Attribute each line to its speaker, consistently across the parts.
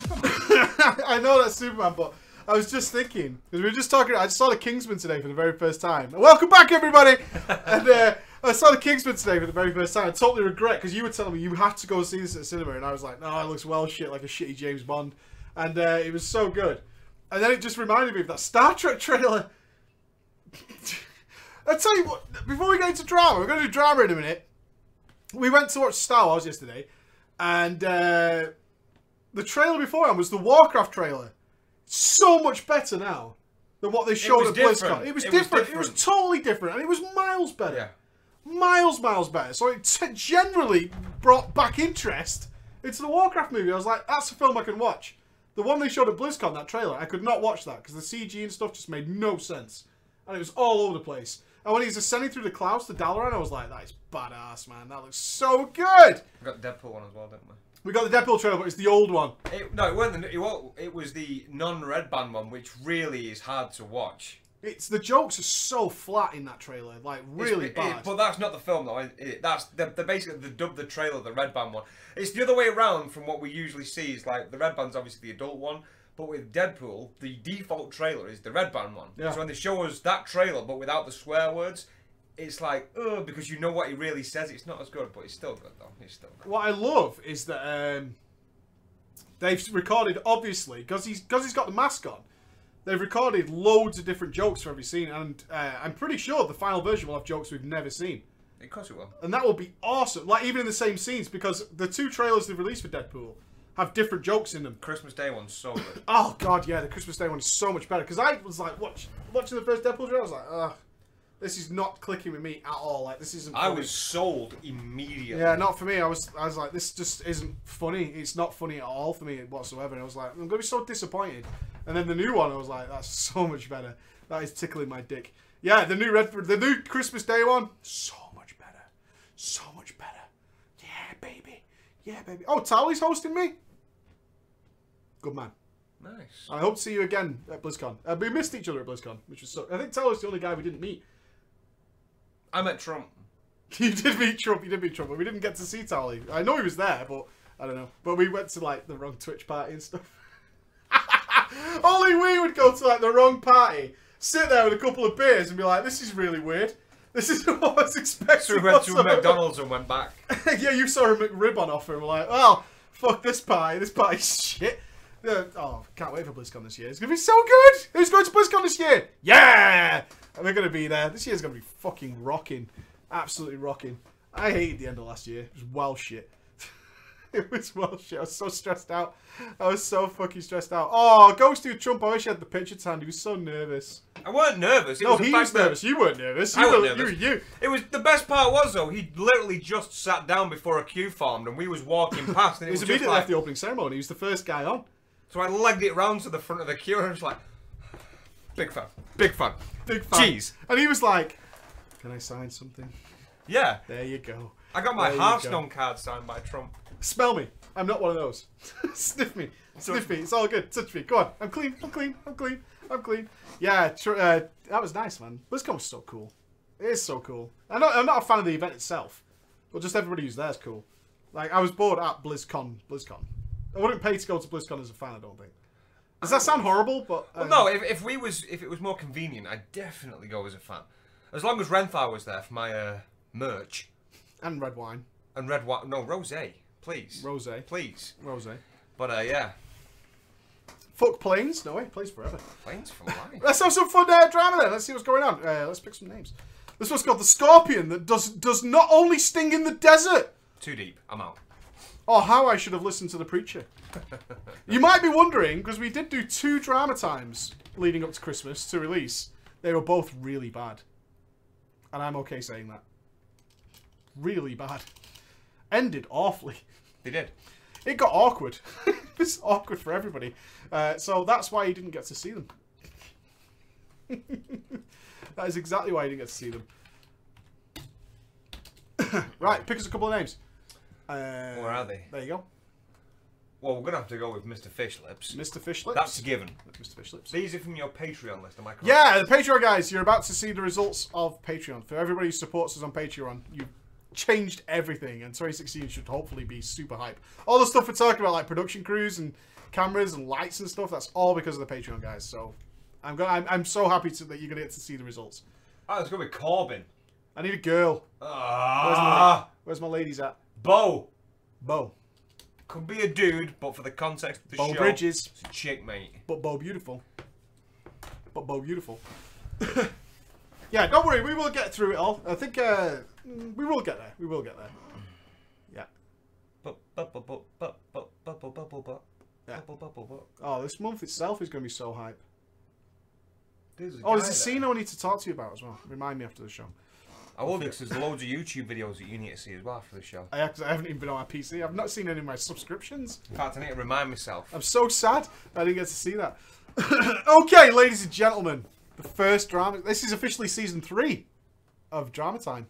Speaker 1: I know that's Superman, but I was just thinking because we were just talking. I just saw the Kingsman today for the very first time. Welcome back, everybody. and uh, I saw the Kingsman today for the very first time. I totally regret because you were telling me you had to go see this at the cinema, and I was like, no, it looks well shit like a shitty James Bond, and uh, it was so good. And then it just reminded me of that Star Trek trailer. I tell you what, before we go into drama, we're going to do drama in a minute. We went to watch Star Wars yesterday, and uh, the trailer beforehand was the Warcraft trailer. So much better now than what they showed
Speaker 2: was
Speaker 1: at
Speaker 2: different.
Speaker 1: BlizzCon. It was
Speaker 2: It was
Speaker 1: different. It was
Speaker 2: different.
Speaker 1: totally different, and it was miles better.
Speaker 2: Yeah.
Speaker 1: Miles, miles better. So it t- generally brought back interest into the Warcraft movie. I was like, that's a film I can watch. The one they showed at BlizzCon, that trailer, I could not watch that because the CG and stuff just made no sense. And it was all over the place. And when he's ascending through the clouds to Dalaran, I was like, that is badass, man. That looks so good.
Speaker 2: We got the Deadpool one as well, didn't we?
Speaker 1: We got the Deadpool trailer, but it's the old one.
Speaker 2: It, no, it wasn't. The, it, wa- it was the non-red band one, which really is hard to watch.
Speaker 1: It's the jokes are so flat in that trailer, like
Speaker 2: It's-
Speaker 1: really
Speaker 2: it- it-
Speaker 1: bad.
Speaker 2: but that's not the film though. It, it- that's they're, they're basically the dub the trailer the red band one. It's the other way around from what we usually see. Is like the red band's obviously the adult one, but with Deadpool the default trailer is the red band one.
Speaker 1: Yeah.
Speaker 2: So when they show us that trailer but without the swear words, it's like oh because you know what he really says. It's not as good, but it's still good though. It's still good.
Speaker 1: what I love is that um, they've recorded obviously because he's because he's got the mask on. They've recorded loads of different jokes for every scene, and uh, I'm pretty sure the final version will have jokes we've never seen,
Speaker 2: Of course it will.
Speaker 1: and that will be awesome. Like even in the same scenes, because the two trailers they've released for Deadpool have different jokes in them.
Speaker 2: Christmas Day one's so good.
Speaker 1: Oh god, yeah, the Christmas Day one is so much better because I was like watch, watching the first Deadpool trailer, I was like, ugh, this is not clicking with me at all. Like this isn't.
Speaker 2: I
Speaker 1: funny."
Speaker 2: was sold immediately.
Speaker 1: Yeah, not for me. I was, I was like, this just isn't funny. It's not funny at all for me whatsoever. And I was like, I'm gonna be so disappointed. And then the new one, I was like, that's so much better. That is tickling my dick. Yeah, the new Red, the new Christmas Day one, so much better, so much better. Yeah, baby, yeah, baby. Oh, Tally's hosting me. Good man.
Speaker 2: Nice.
Speaker 1: I hope to see you again at BlizzCon. Uh, we missed each other at BlizzCon, which was so. I think Tally's the only guy we didn't meet.
Speaker 2: I met Trump.
Speaker 1: You did meet Trump. You did meet Trump, but we didn't get to see Tali. I know he was there, but I don't know. But we went to like the wrong Twitch party and stuff. Only we would go to like the wrong party, sit there with a couple of beers, and be like, "This is really weird. This isn't what I was
Speaker 2: So
Speaker 1: expecting."
Speaker 2: we went to
Speaker 1: whatsoever."
Speaker 2: McDonald's and went back.
Speaker 1: yeah, you saw a McRib on offer, and we're like, "Well, fuck this party. This party's shit." Yeah, oh, can't wait for BlizzCon this year. It's gonna be so good. Who's going to BlizzCon this year? Yeah, and we're gonna be there. This year's gonna be fucking rocking, absolutely rocking. I hated the end of last year. It was well shit. it was well shit. I was so stressed out. I was so fucking stressed out. Oh, Ghost dude Trump. I wish he had the picture hand. He was so nervous.
Speaker 2: I weren't nervous. It
Speaker 1: No,
Speaker 2: was the
Speaker 1: he
Speaker 2: fact
Speaker 1: was
Speaker 2: that-
Speaker 1: nervous. You weren't nervous. You
Speaker 2: I
Speaker 1: were,
Speaker 2: wasn't nervous.
Speaker 1: You were you.
Speaker 2: It was the best part was though he literally just sat down before a queue formed and we was walking past and
Speaker 1: He
Speaker 2: it
Speaker 1: was
Speaker 2: was just
Speaker 1: immediately
Speaker 2: like
Speaker 1: after the opening ceremony. He was the first guy on.
Speaker 2: so I legged it round to the front of the queue and I was like big fan big fan
Speaker 1: Big fan.
Speaker 2: Jeez.
Speaker 1: And he was like, "Can I sign something?"
Speaker 2: yeah
Speaker 1: There you go.
Speaker 2: I got my
Speaker 1: There you
Speaker 2: Hearthstone card signed by Trump
Speaker 1: Smell me. I'm not one of those. Sniff me. Sniff me. It's all good. Touch me. Go on. I'm clean. I'm clean. I'm clean. I'm clean. Yeah, tr- uh, that was nice, man. BlizzCon was so cool. It is so cool. I'm not, I'm not a fan of the event itself, but just everybody who's there is cool. Like, I was bored at BlizzCon. BlizzCon. I wouldn't pay to go to BlizzCon as a fan, I don't think. Does that sound horrible? But uh,
Speaker 2: well no if, if we was if it was more convenient I'd definitely go as a fan as long as Renthar was there for my uh, merch
Speaker 1: And red wine.
Speaker 2: and red wine no rose please
Speaker 1: Rosé.
Speaker 2: please
Speaker 1: Rosé.
Speaker 2: but uh yeah
Speaker 1: Fuck planes? No way. Planes forever.
Speaker 2: planes for life
Speaker 1: Let's have some fun uh, drama then. Let's see what's going on. Uh, let's pick some names. This one's called the Scorpion that does does not only sting in the desert.
Speaker 2: too deep I'm out
Speaker 1: Oh, how I should have listened to the preacher. you might be wondering because we did do two drama times leading up to Christmas to release. They were both really bad, and I'm okay saying that. Really bad. Ended awfully.
Speaker 2: they did
Speaker 1: It got awkward. it's awkward for everybody. Uh, so that's why you didn't get to see them. that is exactly why you didn't get to see them. right, pick us a couple of names. Uh, Where
Speaker 2: are they?
Speaker 1: There you go.
Speaker 2: well we're gonna have to go with Mr Fish Lips
Speaker 1: Mr. Fishlips.
Speaker 2: that's a given
Speaker 1: Mr. Fishlips.
Speaker 2: These are from your Patreon list, am I correct?
Speaker 1: Yeah, the Patreon guys, you're about to see the results of Patreon. For everybody who supports us on Patreon, you've changed everything, and 2016 should hopefully be super hype. All the stuff we're talking about, like production crews and cameras and lights and stuff. That's all because of the Patreon guys. So I'm going. I'm, I'm so happy to, that you're gonna get to see the results.
Speaker 2: Oh, it's gonna be Corbin.
Speaker 1: I need a girl. Where's,
Speaker 2: Ah,
Speaker 1: my, where's my ladies at?
Speaker 2: Bo
Speaker 1: Bo.
Speaker 2: could be a dude, but for the context of the
Speaker 1: Bo
Speaker 2: show,
Speaker 1: Bridges.
Speaker 2: it's a chick, mate.
Speaker 1: But Bo beautiful. But Bo beautiful. yeah, don't worry. We will get through it all. I think uh, we will get there. We will get there. Yeah.
Speaker 2: Bu- bu- bu- bu- bu- bu- bu- bu- bu- bu- bu-
Speaker 1: Yeah.
Speaker 2: bu- bu- bu- bu-
Speaker 1: Oh, this month itself is going to be so hype.
Speaker 2: There's a
Speaker 1: Oh, there's
Speaker 2: guy
Speaker 1: a
Speaker 2: there.
Speaker 1: scene I need to talk to you about as well. Remind me after the show.
Speaker 2: I will because there's loads of YouTube videos that you need to see as well for the show.
Speaker 1: I, I haven't even been on my PC. I've not seen any of my subscriptions.
Speaker 2: In fact, I need to remind myself.
Speaker 1: I'm so sad that I didn't get to see that. okay, ladies and gentlemen, the first drama. This is officially season three of Drama Time.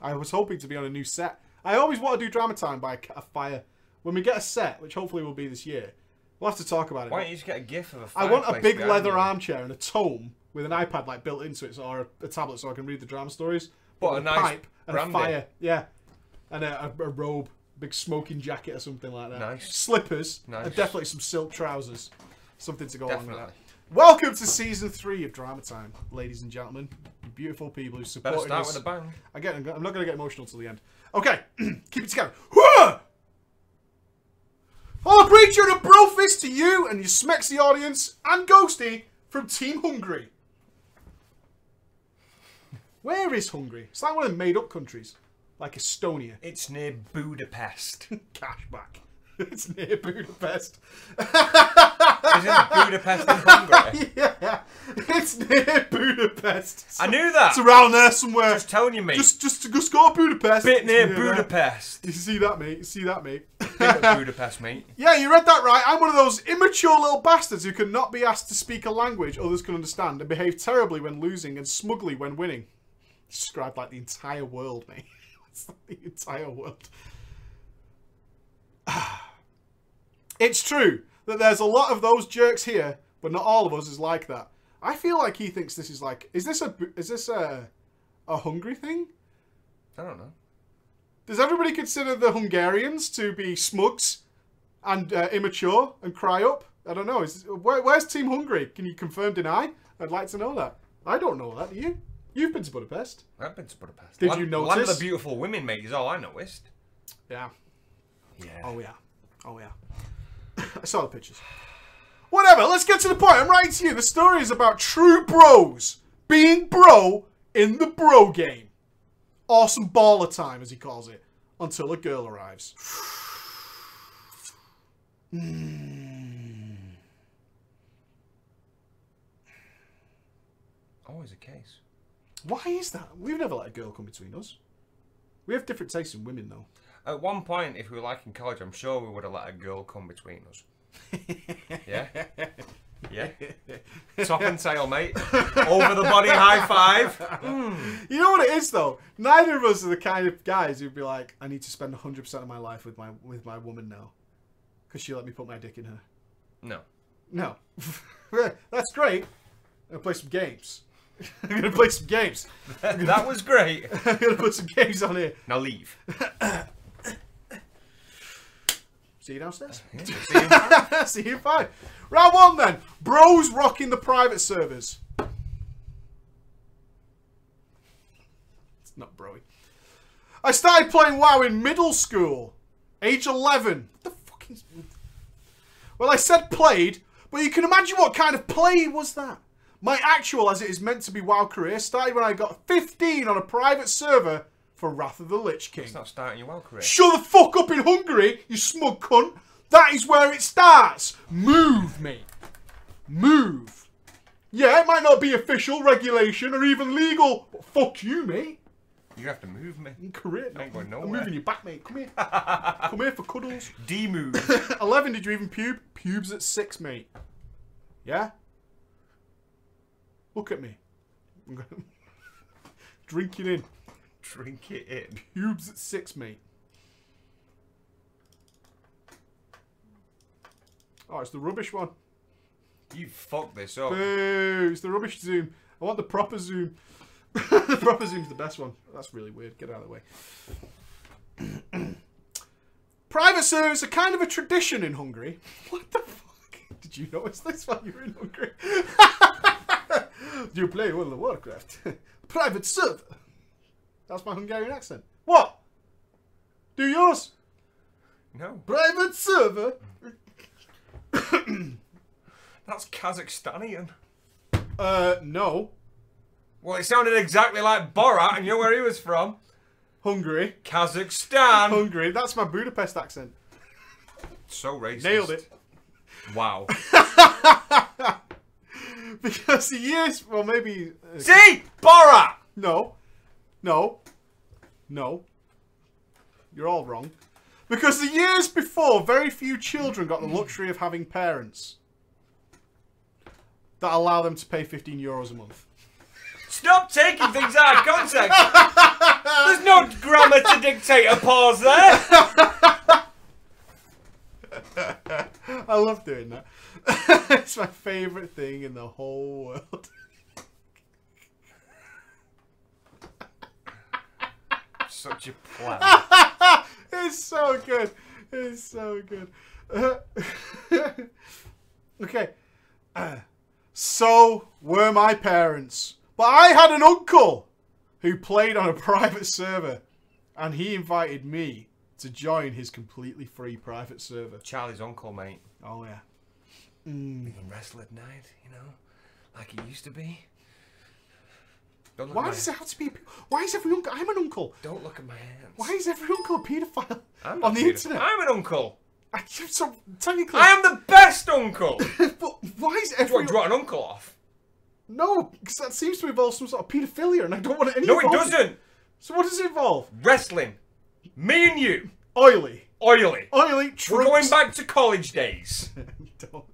Speaker 1: I was hoping to be on a new set. I always want to do Drama Time by a ca- a fire. When we get a set, which hopefully will be this year, we'll have to talk about it.
Speaker 2: Why don't you just get a GIF of a
Speaker 1: I want a
Speaker 2: fireplace
Speaker 1: big
Speaker 2: behind
Speaker 1: leather
Speaker 2: you?
Speaker 1: armchair and a tome with an iPad like built into it, so, or a, a tablet, so I can read the drama stories.
Speaker 2: What,
Speaker 1: With
Speaker 2: a nice
Speaker 1: pipe and a
Speaker 2: brandy?
Speaker 1: fire, yeah, and a, a, a robe, big smoking jacket or something like that.
Speaker 2: Nice.
Speaker 1: slippers,
Speaker 2: Nice.
Speaker 1: and definitely some silk trousers, something to go along with
Speaker 2: Definitely.
Speaker 1: that. Welcome to season three of Drama Time, ladies and gentlemen, you beautiful people who
Speaker 2: Better
Speaker 1: supported
Speaker 2: start
Speaker 1: us.
Speaker 2: with a bang.
Speaker 1: Again, I'm go- I'm not going to get emotional till the end. Okay, keep it together. Whoa! Hello, Preacher, and a bro fist to you and your smexy audience and Ghosty from Team Hungary. Where is Hungary? It's like one of the made up countries, like Estonia.
Speaker 2: It's near Budapest.
Speaker 1: Cashback. It's near Budapest.
Speaker 2: Isn't Budapest in Hungary?
Speaker 1: yeah, it's near Budapest.
Speaker 2: I knew that.
Speaker 1: It's around there somewhere.
Speaker 2: Just telling you, mate. Just
Speaker 1: Just, just, just go to Budapest.
Speaker 2: bit
Speaker 1: It's
Speaker 2: near
Speaker 1: there.
Speaker 2: Budapest.
Speaker 1: You see that, mate? You see that, mate?
Speaker 2: Big up Budapest, mate.
Speaker 1: yeah, you read that right. I'm one of those immature little bastards who cannot be asked to speak a language others can understand and behave terribly when losing and smugly when winning. Described like the entire world, mate. It's like the entire world. It's true that there's a lot of those jerks here, but not all of us is like that. I feel like he thinks this is like is this a is this a a hungry thing?
Speaker 2: I don't know.
Speaker 1: Does everybody consider the Hungarians to be smugs and uh, immature and cry up? I don't know. Is, where, where's Team Hungary? Can you confirm, deny? I'd like to know that. I don't know that. Do you? You've been to Budapest.
Speaker 2: I've been to Budapest.
Speaker 1: Did
Speaker 2: Land-
Speaker 1: you
Speaker 2: Land of
Speaker 1: notice?
Speaker 2: the beautiful women, mate, is all I noticed.
Speaker 1: Yeah.
Speaker 2: Yeah.
Speaker 1: Oh yeah. Oh yeah. I saw the pictures. Whatever. Let's get to the point. I'm writing to you. The story is about true bros being bro in the bro game. Awesome baller time, as he calls it, until a girl arrives.
Speaker 2: Oh, Always the case.
Speaker 1: Why is that? We've never let a girl come between us. We have different tastes in women, though.
Speaker 2: At one point, if we were like in college, I'm sure we would have let a girl come between us. yeah? Yeah? Top and tail, mate. Over the body, high five. Hmm.
Speaker 1: You know what it is, though. Neither of us are the kind of guys who'd be like, "I need to spend 100 percent of my life with my with my woman now, because she let me put my dick in her."
Speaker 2: No.
Speaker 1: No, that's great. I'm gonna play some games. I'm gonna play some games.
Speaker 2: that was great.
Speaker 1: I'm gonna put some games on here.
Speaker 2: Now leave.
Speaker 1: See you downstairs.
Speaker 2: Yeah, see you.
Speaker 1: See you in five. Round one then. Bros rocking the private servers. It's not broy. I started playing WoW in middle school, age 11. What the fuck is. Well, I said played, but you can imagine what kind of play was that. My actual, as it is meant to be, WoW career started when I got 15 on a private server for Wrath of the Lich King.
Speaker 2: It's not starting your well career.
Speaker 1: Shut the fuck up in Hungary, you smug cunt. That is where it starts. Move, mate. Move. Yeah, it might not be official, regulation, or even legal, but fuck you, mate.
Speaker 2: You have to move me.
Speaker 1: In Korea,
Speaker 2: Ain't going
Speaker 1: I'm
Speaker 2: nowhere.
Speaker 1: moving you back, mate. Come here. Come here for cuddles.
Speaker 2: D-move.
Speaker 1: 11, did you even pube? Pubes at 6, mate. Yeah? Look at me. I'm going Drinking in.
Speaker 2: Drink it in.
Speaker 1: Pubes at 6, mate. Oh, it's the rubbish one.
Speaker 2: You fuck this up.
Speaker 1: Boo! It's the rubbish zoom. I want the proper zoom. the proper zoom's the best one. That's really weird. Get out of the way. Private servers are kind of a tradition in Hungary. What the fuck? Did you notice this while you were in Hungary? you play World of Warcraft. Private server. That's my Hungarian accent. What? Do yours.
Speaker 2: No,
Speaker 1: Private server.
Speaker 2: that's Kazakhstanian.
Speaker 1: Uh, no.
Speaker 2: Well, it sounded exactly like Borat, and you know where he was from?
Speaker 1: Hungary.
Speaker 2: Kazakhstan.
Speaker 1: Hungary. That's my Budapest accent.
Speaker 2: So racist.
Speaker 1: Nailed it.
Speaker 2: Wow.
Speaker 1: Because the years, well, maybe. uh,
Speaker 2: See, Borat.
Speaker 1: No. No. No. You're all wrong. Because the years before, very few children got the luxury of having parents that allow them to pay 15 euros a month.
Speaker 2: Stop taking things out of context. There's no grammar to dictate a pause there.
Speaker 1: I love doing that. it's my favourite thing in the whole world.
Speaker 2: Such a plan.
Speaker 1: It's so good. It's so good. okay. Uh, so were my parents. But I had an uncle who played on a private server. And he invited me to join his completely free private server.
Speaker 2: Charlie's uncle, mate.
Speaker 1: Oh, yeah.
Speaker 2: Even wrestle at night, you know, like it used to be. Don't look
Speaker 1: Why
Speaker 2: at my,
Speaker 1: does it have to be. Why is every uncle. I'm an uncle.
Speaker 2: Don't look at my hands.
Speaker 1: Why is every uncle a paedophile
Speaker 2: I'm
Speaker 1: on
Speaker 2: not
Speaker 1: the
Speaker 2: pedo-
Speaker 1: internet?
Speaker 2: I'm an uncle.
Speaker 1: I, so, technically.
Speaker 2: I am the best uncle. do, you
Speaker 1: but why is
Speaker 2: want,
Speaker 1: every.
Speaker 2: do you want an uncle off?
Speaker 1: No, because that seems to involve some sort of paedophilia, and I don't want any.
Speaker 2: No, it
Speaker 1: involvement.
Speaker 2: doesn't.
Speaker 1: So what does it involve?
Speaker 2: Wrestling. Me and you.
Speaker 1: Oily,
Speaker 2: Oily.
Speaker 1: oily
Speaker 2: We're
Speaker 1: troops.
Speaker 2: going back to college days.
Speaker 1: don't.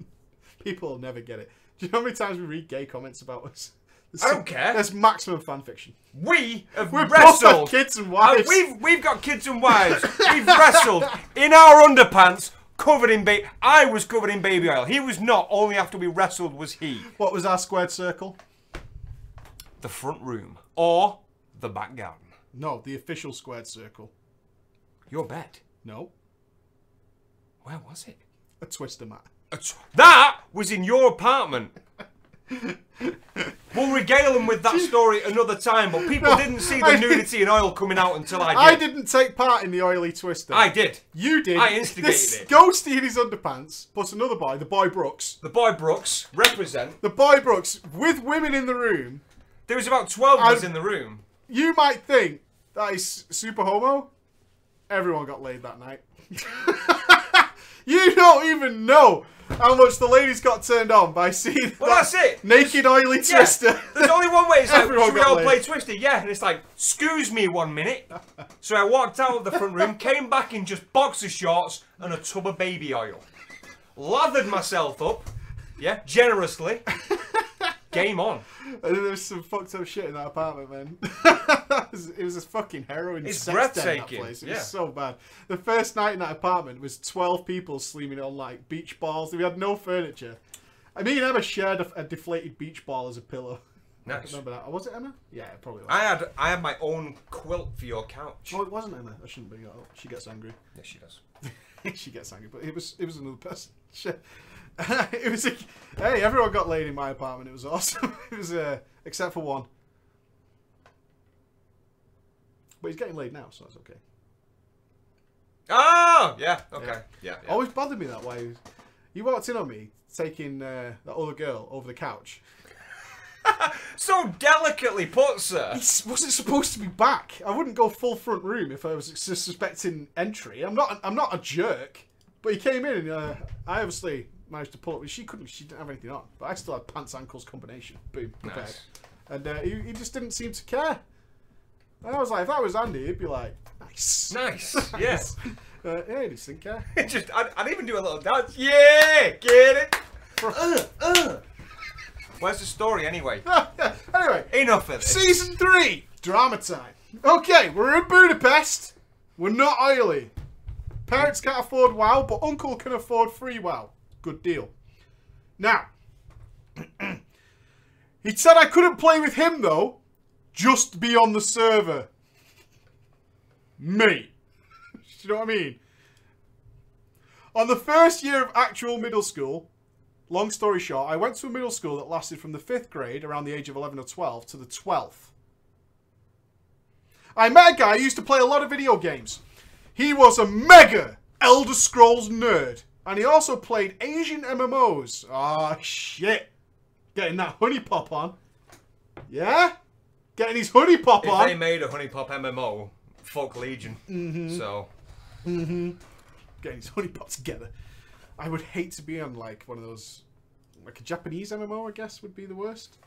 Speaker 1: People will never get it. Do you know how many times we read gay comments about us? There's
Speaker 2: I don't care.
Speaker 1: There's maximum fan fiction.
Speaker 2: We have
Speaker 1: We're both
Speaker 2: wrestled.
Speaker 1: have kids and
Speaker 2: Uh,
Speaker 1: wives.
Speaker 2: we've we've got kids and wives. We've wrestled in our underpants, covered in baby. I was covered in baby oil. He was not. Only after we wrestled was he.
Speaker 1: What was our squared circle?
Speaker 2: The front room or the back garden.
Speaker 1: No, the official squared circle.
Speaker 2: Your bed.
Speaker 1: No,
Speaker 2: Where was it?
Speaker 1: a twister mat.
Speaker 2: A t- That was in your apartment. We'll regale them with that story another time, but people
Speaker 1: No,
Speaker 2: didn't see the
Speaker 1: I did-
Speaker 2: nudity and oil coming out until I did.
Speaker 1: I didn't take part in the oily twister.
Speaker 2: I did.
Speaker 1: you did.
Speaker 2: I instigated
Speaker 1: this
Speaker 2: it.
Speaker 1: Ghosty in his underpants, plus another boy, the boy Brooks.
Speaker 2: The boy Brooks represent.
Speaker 1: The boy Brooks, with women in the room,
Speaker 2: There was about twelve of us
Speaker 1: I-
Speaker 2: in the room.
Speaker 1: you might think that is super homo. Everyone got laid that night. you don't even know how much the ladies got turned on by seeing
Speaker 2: Well, that's it.
Speaker 1: naked oily
Speaker 2: Yeah,
Speaker 1: twister.
Speaker 2: There's only one way. It's like,
Speaker 1: Everyone
Speaker 2: should we
Speaker 1: got
Speaker 2: all
Speaker 1: laid.
Speaker 2: play Twister? Yeah, and it's like, excuse me one minute. So I walked out of the front room, came back in just boxer shorts and a tub of baby oil. Lathered myself up, yeah, generously. Game on.
Speaker 1: And then there's some fucked up shit in that apartment, man. That was- it was a fucking heroin
Speaker 2: It's
Speaker 1: sex den, that
Speaker 2: breathtaking,
Speaker 1: place. It
Speaker 2: yeah.
Speaker 1: was so bad. The first night in that apartment was 12 people sleeping on like beach balls. We had no furniture. I mean, Emma shared a, a deflated beach ball as a pillow.
Speaker 2: Nice.
Speaker 1: Remember that? Was it Emma? Yeah, it probably was.
Speaker 2: I had I had my own quilt for your couch.
Speaker 1: Oh, it wasn't Emma. I shouldn't bring it up. She gets angry.
Speaker 2: Yes, she does.
Speaker 1: she gets angry, but it was it was another person. Shit. it was a, hey, everyone got laid in my apartment. It was awesome. it was uh, except for one. But he's getting laid now, so that's okay.
Speaker 2: Oh, yeah. Okay. Yeah. yeah.
Speaker 1: Always bothered me that way. You walked in on me taking uh, that other girl over the couch.
Speaker 2: So delicately put, sir.
Speaker 1: It wasn't supposed to be back. I wouldn't go full front room if I was sus- suspecting entry. I'm not. I'm not a jerk. But he came in, and uh, I obviously managed to pull up. She couldn't. She didn't have anything on. But I still had pants ankles combination. Boom. Prepared.
Speaker 2: Nice.
Speaker 1: And uh, he, he just didn't seem to care. And I was like, if that was Andy, he'd be like, nice.
Speaker 2: Nice. Yes.
Speaker 1: Uh, yeah, he just didn't care.
Speaker 2: It just, I'd, I'd even do a little dance. Yeah, get it. Uh, uh. Where's the story anyway?
Speaker 1: anyway,
Speaker 2: Enough of this.
Speaker 1: season three, drama time. Okay, we're in Budapest. We're not oily. Parents can't afford WoW, but uncle can afford free WoW. Good deal. Now, he said I couldn't play with him though. Just be on the server. Mate. Do you know what I mean? On the first year of actual middle school, long story short, I went to a middle school that lasted from the fifth grade, around the age of 11 or 12, to the 12th. I met a guy who used to play a lot of video games. He was a mega Elder Scrolls nerd, and he also played Asian MMOs. Ah, shit. Getting that honey pop on. Yeah? Getting his honey pop
Speaker 2: If
Speaker 1: on.
Speaker 2: they made a Honey Pop MMO, fuck Legion. So
Speaker 1: getting his honey pot together. I would hate to be on like one of those, like a Japanese MMO. I guess would be the worst.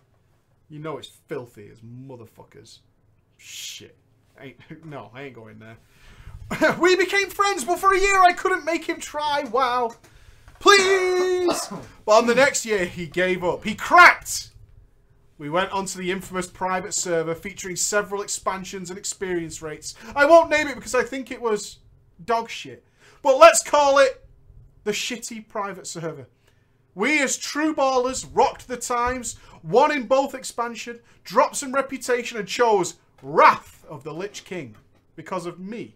Speaker 1: You know it's filthy as motherfuckers. Shit. Ain't no, I ain't going there. we became friends, but for a year I couldn't make him try. Wow. Please. but on the next year he gave up. He cracked. We went onto the infamous private server featuring several expansions and experience rates. I won't name it because I think it was dog shit. But let's call it the shitty private server. We as true ballers rocked the times, won in both expansion, dropped some reputation, and chose Wrath of the Lich King because of me.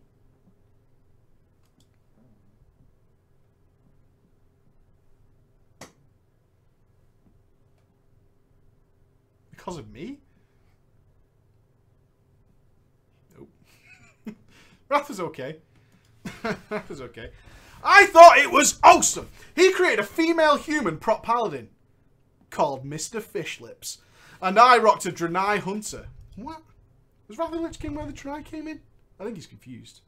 Speaker 1: Because of me? Nope. Wrath was okay. that was okay. I thought it was awesome. He created a female human prop paladin called Mr. Fish Lips, and I rocked a Draenei hunter. What? Was Wrath of the Lich King where the Draenei came in? I think he's confused.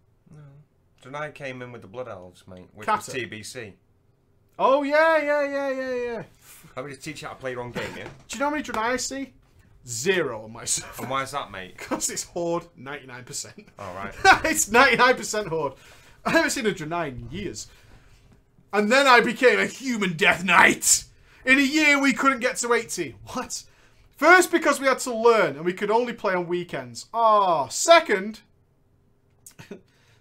Speaker 2: tonight came in with the Blood Elves, mate, which
Speaker 1: Kata.
Speaker 2: was TBC.
Speaker 1: Oh yeah, yeah, yeah, yeah, yeah.
Speaker 2: Let me just teach you how to play your own game, yeah?
Speaker 1: Do you know how many Draenei I see? Zero on my server.
Speaker 2: And why is that, mate?
Speaker 1: Because it's Horde 99%.
Speaker 2: Alright.
Speaker 1: it's 99% Horde. I haven't seen a Draenei in years. And then I became a human death knight. In a year, we couldn't get to 80. What? First, because we had to learn and we could only play on weekends. Ah, second,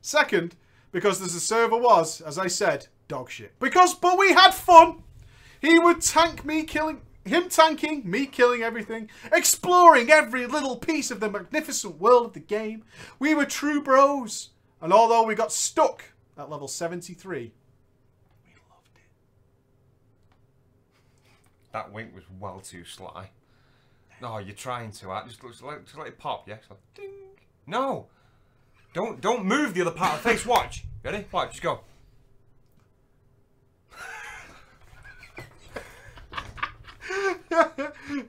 Speaker 1: second, because the server was, as I said, dog shit. Because, but we had fun. He would tank me killing him tanking, me killing everything, exploring every little piece of the magnificent world of the game. We were true bros. And although we got stuck at level 73, we loved it.
Speaker 2: That wink was well too sly. No, you're trying to. I just, just, let, just let it pop, yeah? Just like, ding. No. Don't don't move the other part of the face. Watch. Ready? Watch. Just go.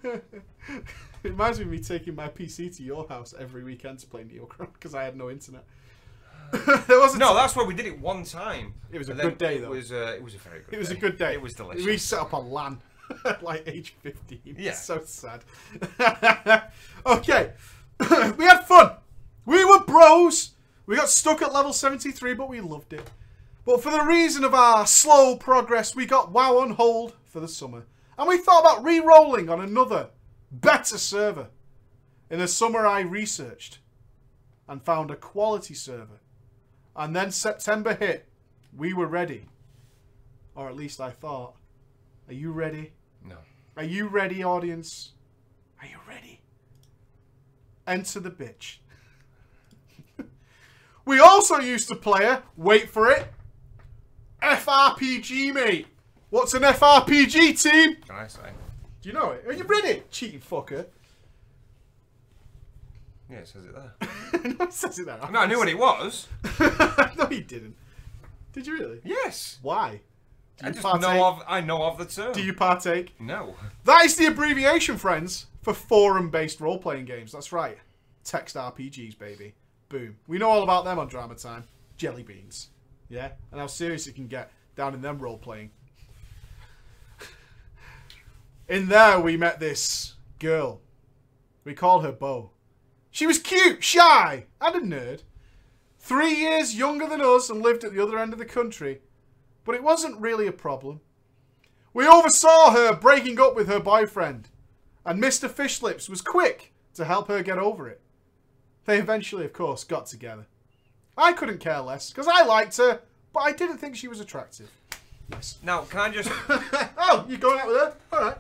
Speaker 1: It reminds me of me taking my PC to your house every weekend to play Neocron because I had no internet. there wasn't
Speaker 2: No, that's why we did it one time.
Speaker 1: It was a
Speaker 2: And then
Speaker 1: good day, though.
Speaker 2: It was, uh, it was a very good
Speaker 1: It was
Speaker 2: day.
Speaker 1: a good day.
Speaker 2: It was delicious.
Speaker 1: We set up a LAN at like age 15.
Speaker 2: Yeah.
Speaker 1: It's so sad. okay. we had fun. We were bros. We got stuck at level 73, but we loved it. But for the reason of our slow progress, we got WoW on hold for the summer. And we thought about re rolling on another, better server. In the summer, I researched and found a quality server. And then September hit. We were ready. Or at least I thought. Are you ready?
Speaker 2: No.
Speaker 1: Are you ready, audience? Are you ready? Enter the bitch. we also used to play a, wait for it, FRPG, mate. What's an FRPG team?
Speaker 2: Can I say?
Speaker 1: Do you know it? Are you ready? Cheating fucker.
Speaker 2: Yeah, it says it there.
Speaker 1: no, it says it there.
Speaker 2: No, I knew what it was.
Speaker 1: no, you didn't. Did you really?
Speaker 2: Yes.
Speaker 1: Why?
Speaker 2: I
Speaker 1: you
Speaker 2: just
Speaker 1: partake?
Speaker 2: know of. I know of the term.
Speaker 1: Do you partake?
Speaker 2: No.
Speaker 1: That is the abbreviation, friends, for forum based role playing games. That's right. Text RPGs, baby. Boom. We know all about them on Drama Time. Jelly beans. Yeah? And how serious it can get down in them role playing. in there, we met this girl. We called her Bo. She was cute, shy, and a nerd. Three years younger than us and lived at the other end of the country. But it wasn't really a problem. We oversaw her breaking up with her boyfriend, and Mr. Fishlips was quick to help her get over it. They eventually, of course, got together. I couldn't care less, because I liked her, but I didn't think she was attractive. Nice.
Speaker 2: Now, can I just?
Speaker 1: oh, you going out with her? Alright.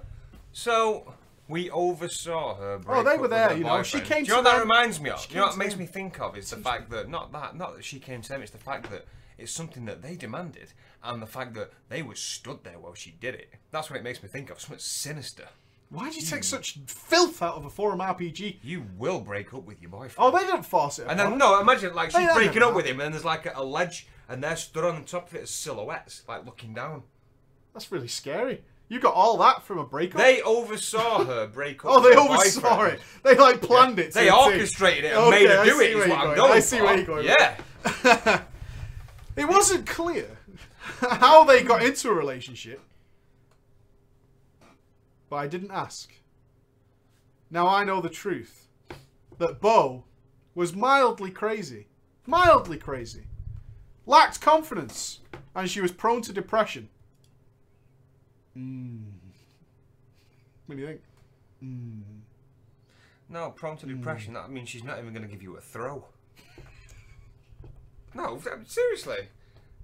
Speaker 2: So we oversaw her.
Speaker 1: Oh, they
Speaker 2: breakup
Speaker 1: were
Speaker 2: with
Speaker 1: there,
Speaker 2: her
Speaker 1: you know, she
Speaker 2: boyfriend.
Speaker 1: came
Speaker 2: Do you know
Speaker 1: to
Speaker 2: what that
Speaker 1: them-
Speaker 2: reminds me of?
Speaker 1: she
Speaker 2: You know
Speaker 1: came
Speaker 2: what
Speaker 1: to
Speaker 2: makes
Speaker 1: them.
Speaker 2: me think of is the fact that not that not that she came to them. It's the fact that It's something that they demanded, and the fact that they were stood there while she did it. That's what it makes me think of. Something sinister.
Speaker 1: Why do you
Speaker 2: Hmm.
Speaker 1: take such filth out of a forum RPG?
Speaker 2: You will break up with your boyfriend.
Speaker 1: Oh, they didn't force it.
Speaker 2: And
Speaker 1: upon
Speaker 2: then no, imagine like
Speaker 1: Hey,
Speaker 2: she's
Speaker 1: that
Speaker 2: breaking
Speaker 1: never
Speaker 2: up with him, and there's like a ledge, and they're stood on top of it as silhouettes, like looking down.
Speaker 1: That's really scary. You got all that from a breakup.
Speaker 2: They oversaw her break up.
Speaker 1: oh,
Speaker 2: with
Speaker 1: they
Speaker 2: her
Speaker 1: oversaw
Speaker 2: boyfriend.
Speaker 1: it. They like planned it. to
Speaker 2: They
Speaker 1: a T.
Speaker 2: orchestrated it and
Speaker 1: Okay,
Speaker 2: made her
Speaker 1: I
Speaker 2: do
Speaker 1: see
Speaker 2: it. Is
Speaker 1: where
Speaker 2: what
Speaker 1: you're
Speaker 2: I'm
Speaker 1: going.
Speaker 2: going.
Speaker 1: I see
Speaker 2: for.
Speaker 1: where you're going with
Speaker 2: Yeah,
Speaker 1: It wasn't clear how they got into a relationship, but I didn't ask. Now I know the truth that Bo was mildly crazy, mildly crazy, lacked confidence, and she was prone to depression. Mm. What do you think? Mm.
Speaker 2: no, prone
Speaker 1: Hmm.
Speaker 2: to depression. That means she's not even going to give you a throw. No, I mean, seriously.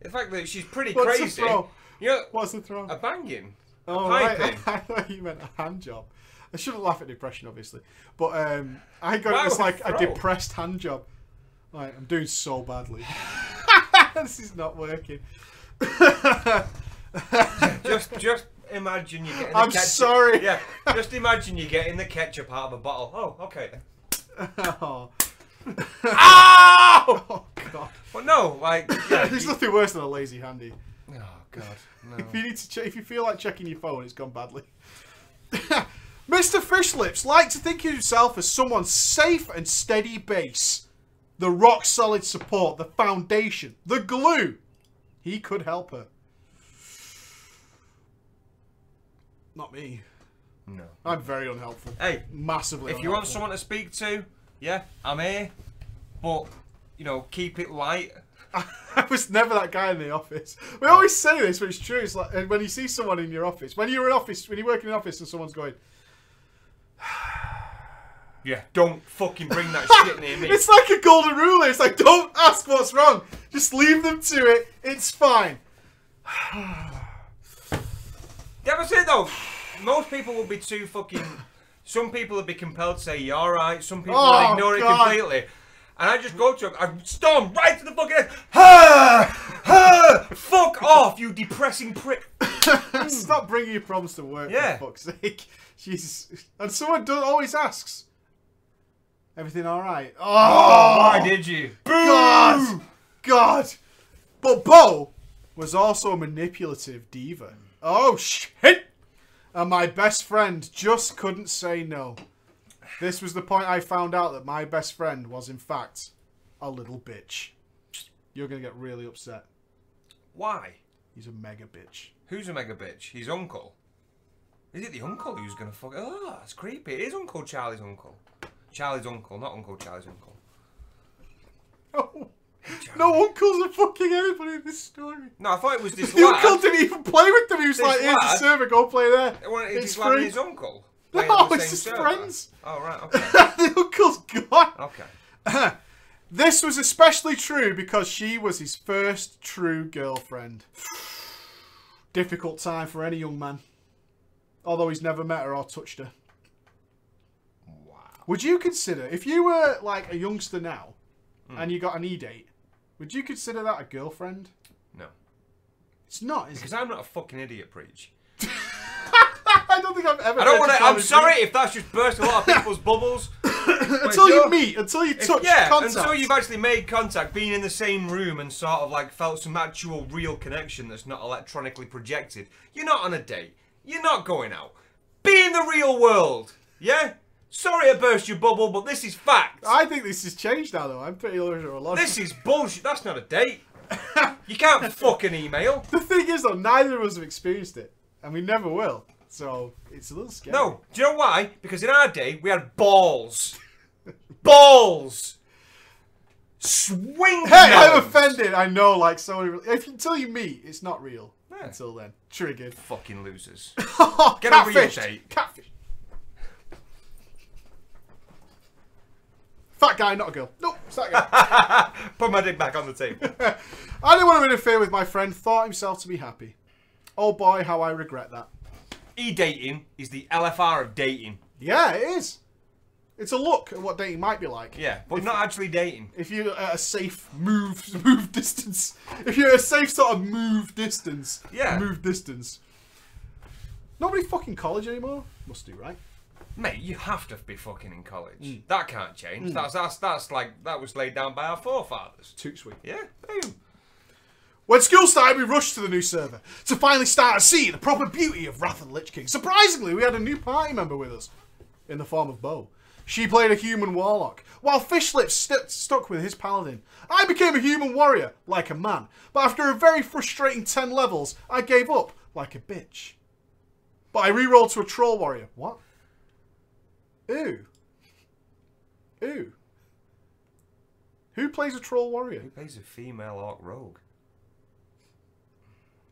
Speaker 2: The fact that she's pretty
Speaker 1: What's a
Speaker 2: crazy.
Speaker 1: throw?
Speaker 2: You know,
Speaker 1: What's the throw?
Speaker 2: a banging.
Speaker 1: Oh,
Speaker 2: pipe
Speaker 1: right.
Speaker 2: in.
Speaker 1: I thought you meant a hand job. I shouldn't laugh at depression, obviously, but um, I got
Speaker 2: Why
Speaker 1: it was
Speaker 2: would I
Speaker 1: like a
Speaker 2: throw?
Speaker 1: depressed hand job. Like I'm doing so badly. this is not working.
Speaker 2: just just imagine you getting.
Speaker 1: I'm
Speaker 2: the ketchup.
Speaker 1: sorry.
Speaker 2: Yeah, just imagine you getting the ketchup out of a bottle. Oh, okay.
Speaker 1: oh.
Speaker 2: Ow!
Speaker 1: oh god.
Speaker 2: Well, no, like. Yeah,
Speaker 1: There's
Speaker 2: you-
Speaker 1: nothing worse than a lazy handy.
Speaker 2: Oh God, no.
Speaker 1: If you need to, che- if you feel like checking your phone, it's gone badly. Mr. Fishlips liked to think of himself as someone's safe and steady base, the rock solid support, the foundation, the glue. He could help her. Not me.
Speaker 2: No.
Speaker 1: I'm very unhelpful.
Speaker 2: Hey,
Speaker 1: Massively.
Speaker 2: Uh, if you want
Speaker 1: unhelpful.
Speaker 2: someone to speak to, yeah, I'm here. But you know, keep it light.
Speaker 1: I was never that guy in the office. We always say this, but it's true. It's like uh, when you see someone in your office, when you're in office, when you work in an office, and someone's going,
Speaker 2: Yeah. Don't fucking bring that shit near me.
Speaker 1: It's like a golden rule. It's like don't ask what's wrong. Just leave them to it. It's fine.
Speaker 2: Yeah, but it though. Most people will be too fucking. Some people will be compelled to say you're alright. Some people
Speaker 1: Oh,
Speaker 2: will
Speaker 1: God.
Speaker 2: ignore it completely. And I just go to him. I storm right to the fucking head. Ha! Ha! Fuck off, you depressing prick.
Speaker 1: Stop bringing your problems to work.
Speaker 2: Yeah.
Speaker 1: For fuck's sake. Jesus. And someone do- always asks, "Everything all right?" Oh,
Speaker 2: Why did you?
Speaker 1: God. God. But Bo was also a manipulative diva. Oh shit. And my best friend just couldn't say no. This was the point I found out that my best friend was in fact a little bitch. You're gonna get really upset.
Speaker 2: Why?
Speaker 1: He's a mega bitch.
Speaker 2: Who's a mega bitch? His uncle. Is it the uncle who's gonna fuck? Oh, that's creepy. It is Uncle Charlie's uncle. Charlie's uncle, not Uncle Charlie's uncle.
Speaker 1: No, no uncles are fucking anybody in this story.
Speaker 2: No, I thought it was this
Speaker 1: The
Speaker 2: lad.
Speaker 1: uncle didn't even play with them. He was
Speaker 2: This
Speaker 1: like, "Here's the
Speaker 2: lad-
Speaker 1: server, go play there."
Speaker 2: It wasn't- it's
Speaker 1: It's
Speaker 2: his lad and
Speaker 1: free.
Speaker 2: his uncle.
Speaker 1: No,
Speaker 2: Playing on the
Speaker 1: it's
Speaker 2: same
Speaker 1: just
Speaker 2: server.
Speaker 1: friends.
Speaker 2: Oh right, okay,
Speaker 1: the uncle's gone.
Speaker 2: okay.
Speaker 1: This was especially true because she was his first true girlfriend. Difficult time for any young man. Although he's never met her or touched her.
Speaker 2: Wow.
Speaker 1: Would you consider, if you were like a youngster now and you got an e date, would you consider that a girlfriend?
Speaker 2: No,
Speaker 1: It's not, is it?
Speaker 2: because I'm not a fucking idiot, preach.
Speaker 1: I don't think I've ever.
Speaker 2: I don't want to.
Speaker 1: mentioned
Speaker 2: I'm
Speaker 1: that
Speaker 2: sorry if that's just burst a lot of people's bubbles.
Speaker 1: before. until you meet, until you touch
Speaker 2: yeah,
Speaker 1: contact.
Speaker 2: until you've actually made contact, been in the same room and sort of like felt some actual real connection that's not electronically projected. You're not on a date. You're not going out. Be in the real world. Yeah? Sorry I burst your bubble, but this is fact.
Speaker 1: I think this has changed now, though. I'm pretty sure a lot.
Speaker 2: This is bullshit. That's not a date. You can't fuck an email.
Speaker 1: The thing is, though, neither of us have experienced it, and we never will. So it's a little scary.
Speaker 2: No. Do you know why? Because in our day, we had balls. Balls. Swing.
Speaker 1: Hey, I'm
Speaker 2: melons.
Speaker 1: offended. I know, like somebody. If until you meet, it's not real.
Speaker 2: Yeah.
Speaker 1: Until then, triggered.
Speaker 2: Fucking losers.
Speaker 1: Get
Speaker 2: Get a real
Speaker 1: catfish.
Speaker 2: date.
Speaker 1: Catfish. Fat guy, not a girl. Nope, it's that guy.
Speaker 2: Put my dick back on the table.
Speaker 1: I didn't want to interfere with my friend, thought himself to be happy. Oh boy, how I regret that.
Speaker 2: E dating is the LFR of dating.
Speaker 1: Yeah, it is. It's a look at what dating might be like.
Speaker 2: Yeah, but not actually dating.
Speaker 1: If you're at a safe move move distance, if you're at a safe sort of move distance,
Speaker 2: Yeah.
Speaker 1: move distance. Nobody fucking college anymore. Must do right.
Speaker 2: Mate, you have to be fucking in college.
Speaker 1: Mm.
Speaker 2: That can't change. That's, that's that's like that was laid down by our forefathers.
Speaker 1: Too sweet.
Speaker 2: Yeah, boom.
Speaker 1: When school started, we rushed to the new server to finally start to see the proper beauty of Wrath of the Lich King. Surprisingly, we had a new party member with us, in the form of Bo. She played a human warlock, while Fishlips st- stuck with his paladin. I became a human warrior, like a man, but after a very frustrating 10 levels, I gave up, like a bitch. But I rerolled to a troll warrior. What? Ooh. Ooh. Who plays a troll warrior?
Speaker 2: Who plays a female orc rogue?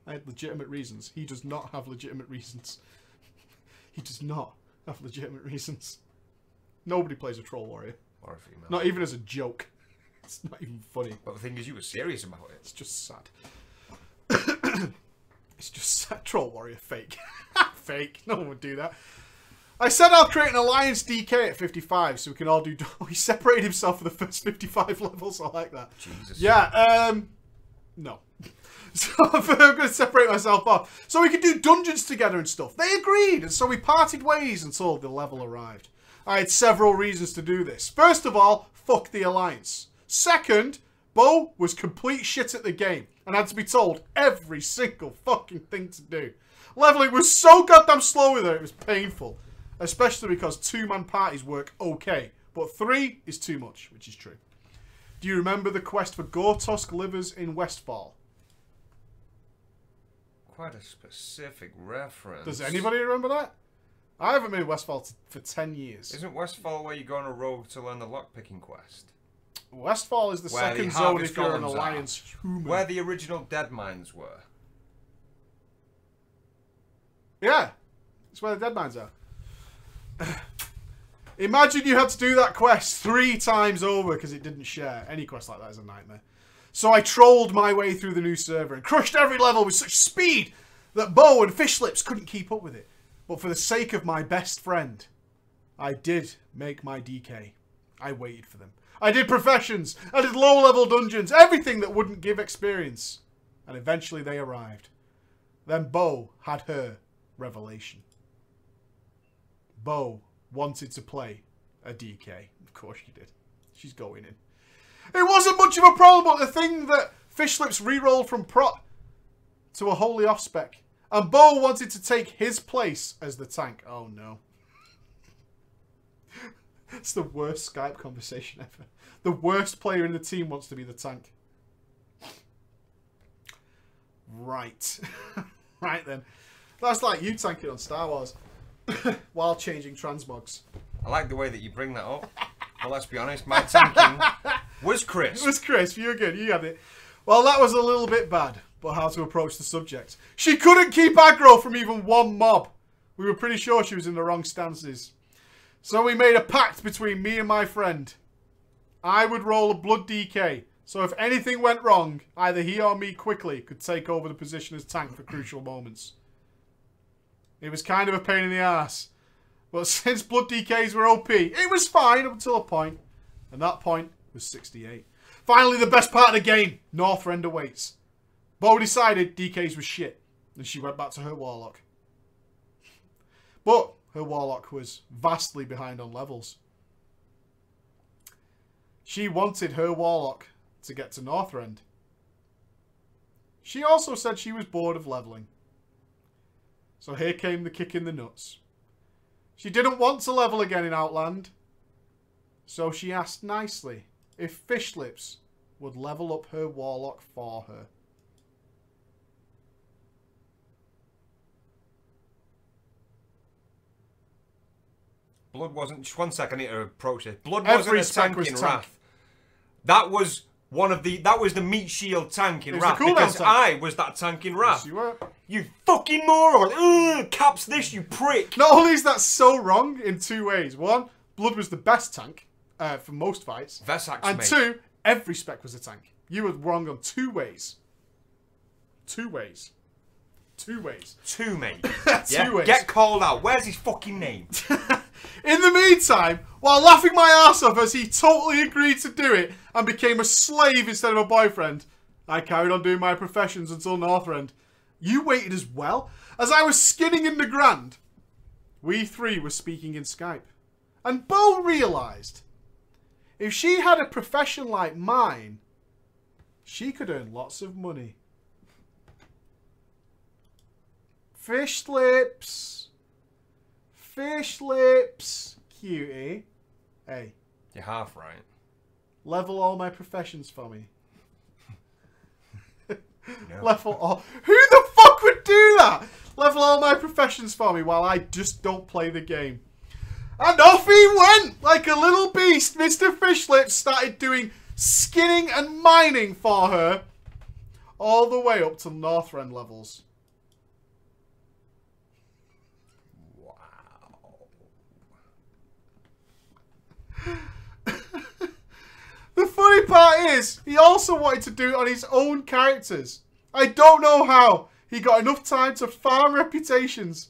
Speaker 1: I had legitimate reasons. He does not have legitimate reasons. he does not have legitimate reasons. Nobody plays a troll warrior.
Speaker 2: Or a female?
Speaker 1: Not even as a joke. It's not even funny.
Speaker 2: But the thing is, you were serious about it.
Speaker 1: It's just sad. it's just sad. Troll warrior fake. fake. No one would do that. I said I'll create an alliance DK at 55 so we can all do. he separated himself for the first 55 levels. I like that.
Speaker 2: Jesus.
Speaker 1: Yeah, um no. So I'm gonna separate myself off. So we could do dungeons together and stuff. They agreed, and so we parted ways until the level arrived. I had several reasons to do this. First of all, fuck the alliance. Second, Bo was complete shit at the game and had to be told every single fucking thing to do. Leveling was so goddamn slow with her, it was painful. Especially because two man parties work okay, but three is too much, which is true. Do you remember the quest for Gortusk livers in Westfall?
Speaker 2: Quite a specific reference.
Speaker 1: Does anybody remember that? I haven't been in Westfall t- for 10 years.
Speaker 2: Isn't Westfall where you go on a rogue to learn the lockpicking quest?
Speaker 1: Westfall is the
Speaker 2: Where the
Speaker 1: second zone
Speaker 2: Harvest
Speaker 1: if you're an
Speaker 2: Golems are.
Speaker 1: Alliance human.
Speaker 2: Where the original dead mines were.
Speaker 1: Yeah, it's where the dead mines are. Imagine you had to do that quest three times over because it didn't share. Any quest like that is a nightmare. So I trolled my way through the new server and crushed every level with such speed that Bo and Fishlips couldn't keep up with it. But for the sake of my best friend, I did make my DK. I waited for them. I did professions. I did low level dungeons. Everything that wouldn't give experience. And eventually they arrived. Then Bo had her revelation. Bo wanted to play a DK. Of course she did. She's going in. It wasn't much of a problem, but the thing that Fishlips rerolled from prop to a holy off spec. And Bo wanted to take his place as the tank. Oh no. it's the worst Skype conversation ever. The worst player in the team wants to be the tank. Right. right then. That's like you tanking on Star Wars while changing transmogs.
Speaker 2: I like the way that you bring that up. but let's be honest, my tanking was Chris.
Speaker 1: It was Chris. You were good. You had it. Well, that was a little bit bad, but how to approach the subject. She couldn't keep aggro from even one mob. We were pretty sure she was in the wrong stances. So we made a pact between me and my friend. I would roll a blood DK, so if anything went wrong, either he or me quickly could take over the position as tank for crucial moments. It was kind of a pain in the ass, but since blood DKs were OP, it was fine up until a point and that point was 68. Finally, the best part of the game Northrend awaits. Bo decided DK's was shit, and she went back to her Warlock. But her Warlock was vastly behind on levels. She wanted her Warlock to get to Northrend. She also said she was bored of leveling. So here came the kick in the nuts. She didn't want to level again in Outland, so she asked nicely if Fishlips would level up her warlock for her.
Speaker 2: Blood wasn't. Just one second, I need to approach this. Blood
Speaker 1: Every
Speaker 2: wasn't a
Speaker 1: stack
Speaker 2: tank
Speaker 1: was
Speaker 2: in
Speaker 1: tank.
Speaker 2: Wrath. That was one of the. That was the meat shield tank in
Speaker 1: was the
Speaker 2: Wrath.
Speaker 1: cooldown
Speaker 2: because
Speaker 1: tank.
Speaker 2: I was that tank in Wrath.
Speaker 1: She were.
Speaker 2: You fucking moron! Ugh, caps this, you prick!
Speaker 1: Not only is that so wrong in two ways. One, Blood was the best tank uh, for most fights.
Speaker 2: Vesax,
Speaker 1: and
Speaker 2: mate.
Speaker 1: two, every spec was a tank. You were wrong on two ways. Two ways. Two ways.
Speaker 2: Two, mate.
Speaker 1: Two ways.
Speaker 2: Get called out. Where's his fucking name?
Speaker 1: In the meantime, while laughing my ass off as he totally agreed to do it and became a slave instead of a boyfriend, I carried on doing my professions until Northrend. You waited as well? As I was skinning in the Grand. We three were speaking in Skype. And Bo realised if she had a profession like mine, she could earn lots of money. Fish lips. Fish lips. Cutie. Hey,
Speaker 2: You're half right.
Speaker 1: level all my professions for me.
Speaker 2: No.
Speaker 1: Level all. Who the fuck would do that? Level all my professions for me while I just don't play the game. And off he went like a little beast. Mr. Fishlips started doing skinning and mining for her all the way up to Northrend levels.
Speaker 2: Wow.
Speaker 1: The funny part is, he also wanted to do it on his own characters. I don't know how. He got enough time to farm reputations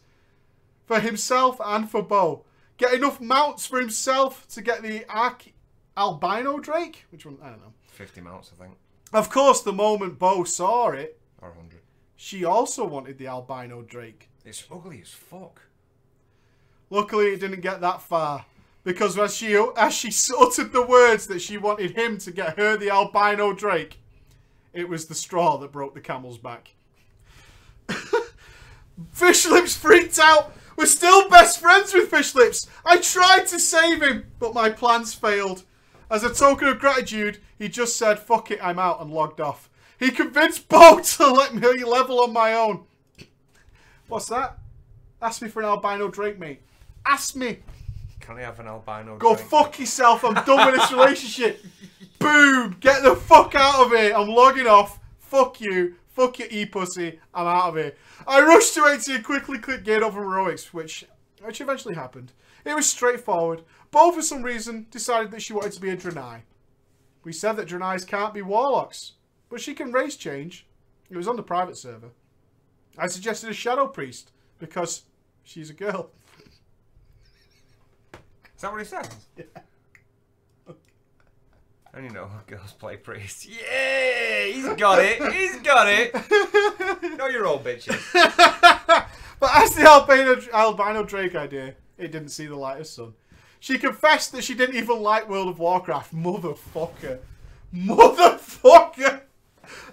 Speaker 1: for himself and for Bo. Get enough mounts for himself to get the Arch- Albino Drake? Which one? I don't know.
Speaker 2: 50 mounts, I think.
Speaker 1: Of course, the moment Bo saw it,
Speaker 2: Or 100.
Speaker 1: she also wanted the Albino Drake.
Speaker 2: It's ugly as fuck.
Speaker 1: Luckily, it didn't get that far because as she as she uttered the words that she wanted him to get her the albino drake, it was the straw that broke the camel's back. Fish Lips freaked out. We're still best friends with Fish Lips. I tried to save him, but my plans failed. As a token of gratitude, he just said, fuck it, I'm out, and logged off. He convinced Bo to let me level on my own. What's that? Ask me for an albino drake, mate. Ask me.
Speaker 2: Can I have an albino
Speaker 1: Go
Speaker 2: drink?
Speaker 1: fuck yourself. I'm done with this relationship. Boom. Get the fuck out of here. I'm logging off. Fuck you. Fuck your e pussy. I'm out of here. I rushed to 80 and quickly clicked Gate of Heroics, which which eventually happened. It was straightforward. Bo, for some reason, decided that she wanted to be a Draenei. We said that Draenei's can't be warlocks, but she can race change. It was on the private server. I suggested a Shadow Priest because she's a girl.
Speaker 2: Is that what he says? Yeah. And you know, girls play priest. Yay! He's got it! He's got it! no, you're all bitches.
Speaker 1: but as the albino, albino Drake idea, it didn't see the light of sun. She confessed that she didn't even like World of Warcraft. Motherfucker. Motherfucker!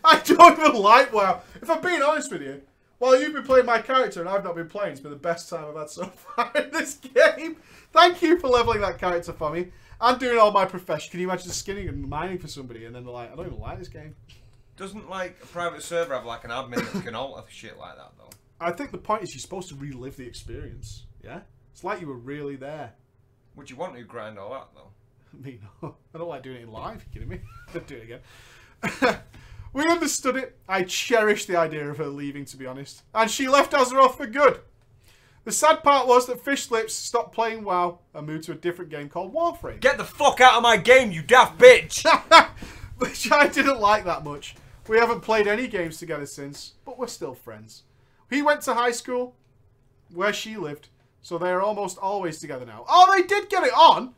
Speaker 1: I don't even like WoW. If I'm being honest with you, while you've been playing my character and I've not been playing, it's been the best time I've had so far in this game. Thank you for leveling that character for me. I'm doing all my profession. Can you imagine skinning and mining for somebody and then they're like, I don't even like this game.
Speaker 2: Doesn't like a private server have like an admin that can alter shit like that though?
Speaker 1: I think the point is you're supposed to relive the experience. Yeah? It's like you were really there.
Speaker 2: Would you want to grind all that though?
Speaker 1: Me no. I don't like doing it in live. you kidding me? Don't do it again. we understood it. I cherished the idea of her leaving, to be honest. And she left Azeroth for good. The sad part was that Fish Lips stopped playing WoW and moved to a different game called Warframe.
Speaker 2: Get the fuck out of my game, you daft bitch!
Speaker 1: which I didn't like that much. We haven't played any games together since, but we're still friends. He went to high school where she lived, so they are almost always together now. Oh, they did get it on!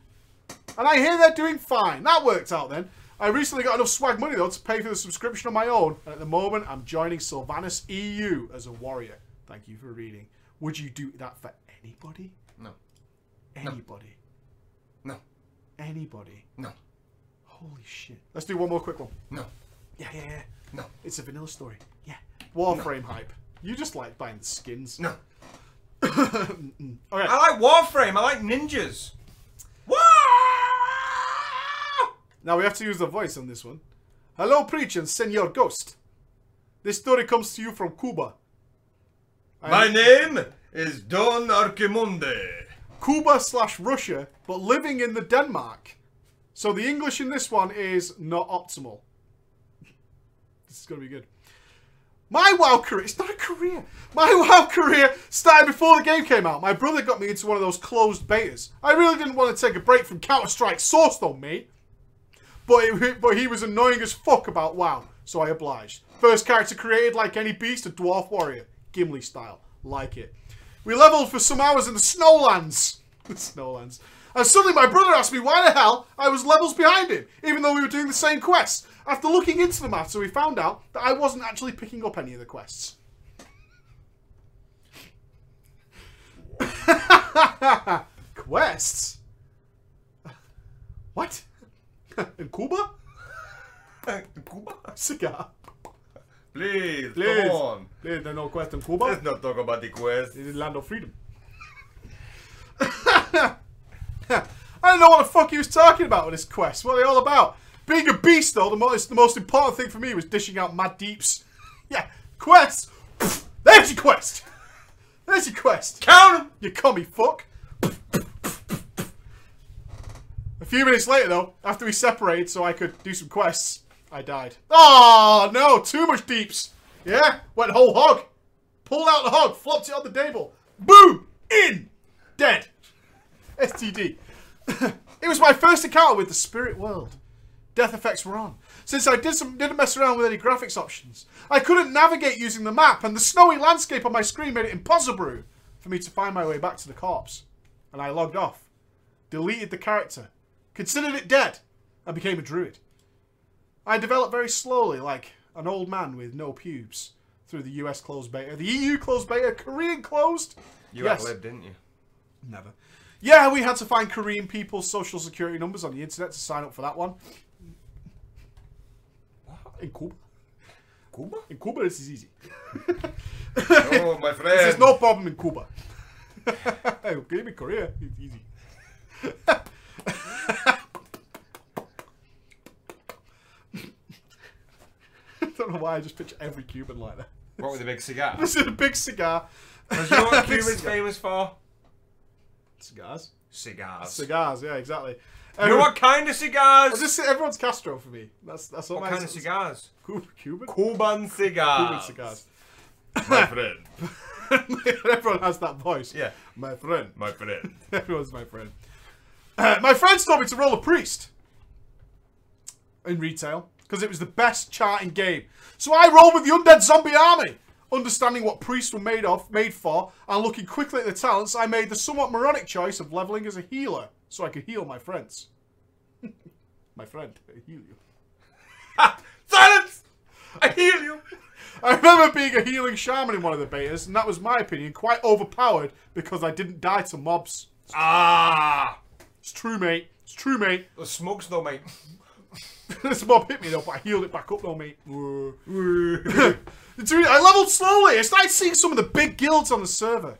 Speaker 1: And I hear they're doing fine. That worked out then. I recently got enough swag money though to pay for the subscription on my own, and at the moment I'm joining Sylvanus EU as a warrior. Thank you for reading. Would you do that for anybody?
Speaker 2: No.
Speaker 1: Anybody?
Speaker 2: No.
Speaker 1: Anybody?
Speaker 2: No.
Speaker 1: Holy shit. Let's do one more quick one.
Speaker 2: No.
Speaker 1: Yeah, yeah, yeah.
Speaker 2: No.
Speaker 1: It's a vanilla story. Yeah. Warframe hype. You just like buying the skins.
Speaker 2: No.
Speaker 1: Mm-mm. okay.
Speaker 2: I like Warframe, I like ninjas. Wow!
Speaker 1: Now we have to use the voice on this one. Hello, preaching, Senor Ghost. This story comes to you from Cuba. I-
Speaker 2: My name is Don Archimonde.
Speaker 1: Cuba slash Russia, but living in the Denmark. So the English in this one is not optimal. This is gonna be good. My WoW career, it's not a career. My WoW career started before the game came out. My brother got me into one of those closed betas. I really didn't want to take a break from Counter Strike Source though, mate. But, it, but he was annoying as fuck about WoW, so I obliged. First character created like any beast, a dwarf warrior. Gimli style. Like it. We leveled for some hours in the Snowlands. the Snowlands. And suddenly my brother asked me why the hell I was levels behind him, even though we were doing the same quests. After looking into the matter, we found out that I wasn't actually picking up any of the quests. quests? What? In Cuba?
Speaker 2: Cuba?
Speaker 1: Cigar.
Speaker 2: Please,
Speaker 1: Please.
Speaker 2: come on.
Speaker 1: There's no quest in Cuba.
Speaker 2: Let's not talk about the quest.
Speaker 1: It is land of freedom. I don't know what the fuck he was talking about with this quest. What are they all about? Being a beast, though, the most, the most important thing for me was dishing out mad deeps. yeah, quest. Pfft, There's your quest. There's your quest.
Speaker 2: Count 'em.
Speaker 1: You commie fuck. a few minutes later, though, after we separated so I could do some quests, I died. Oh no, too much deeps. Yeah, went whole hog. Pulled out the hog, flopped it on the table. Boom! In! Dead. STD. it was my first encounter with the spirit world. Death effects were on. Since I did some, didn't mess around with any graphics options, I couldn't navigate using the map, and the snowy landscape on my screen made it impossible for me to find my way back to the corpse. And I logged off, deleted the character, considered it dead, and became a druid. I developed very slowly, like an old man with no pubes, through the US closed beta, the EU closed beta, Korean closed.
Speaker 2: You
Speaker 1: Yes.
Speaker 2: outlived, didn't you?
Speaker 1: Never. Yeah, we had to find Korean people's social security numbers on the internet to sign up for that one. In Cuba.
Speaker 2: Cuba?
Speaker 1: In Cuba, this is easy.
Speaker 2: Oh, my friend.
Speaker 1: There's no problem in Cuba. Game in Korea, it's easy. don't know why I just picture every Cuban like that.
Speaker 2: What with the big cigar?
Speaker 1: This is a big cigar.
Speaker 2: Because you know what
Speaker 1: Big
Speaker 2: Cuba's
Speaker 1: cigar.
Speaker 2: famous for?
Speaker 1: Cigars.
Speaker 2: Cigars.
Speaker 1: Cigars, yeah, exactly.
Speaker 2: You know
Speaker 1: Everyone-
Speaker 2: what kind of cigars?
Speaker 1: Just say everyone's Castro for me. That's that's all
Speaker 2: what
Speaker 1: my
Speaker 2: kind of Ah. cigars?
Speaker 1: Cuba, Cuban,
Speaker 2: Cuban cigars.
Speaker 1: Cuban cigars.
Speaker 2: My friend.
Speaker 1: Everyone has that voice.
Speaker 2: Yeah.
Speaker 1: my friend.
Speaker 2: My friend.
Speaker 1: Everyone's my friend. Uh, my friend told me to roll a priest in retail because it was the best charting game. So I rolled with the undead zombie army, understanding what priests were made of, made for, and looking quickly at the talents. I made the somewhat moronic choice of leveling as a healer so I could heal my friends. my friend, I heal you.
Speaker 2: Silence! I heal you.
Speaker 1: I remember being a healing shaman in one of the betas, and that was my opinion quite overpowered because I didn't die to mobs.
Speaker 2: Ah!
Speaker 1: It's true, mate. It's true, mate.
Speaker 2: The smugs though, mate.
Speaker 1: this mob hit me though, but I healed it back up though, mate. Dude, I leveled slowly. I started seeing some of the big guilds on the server.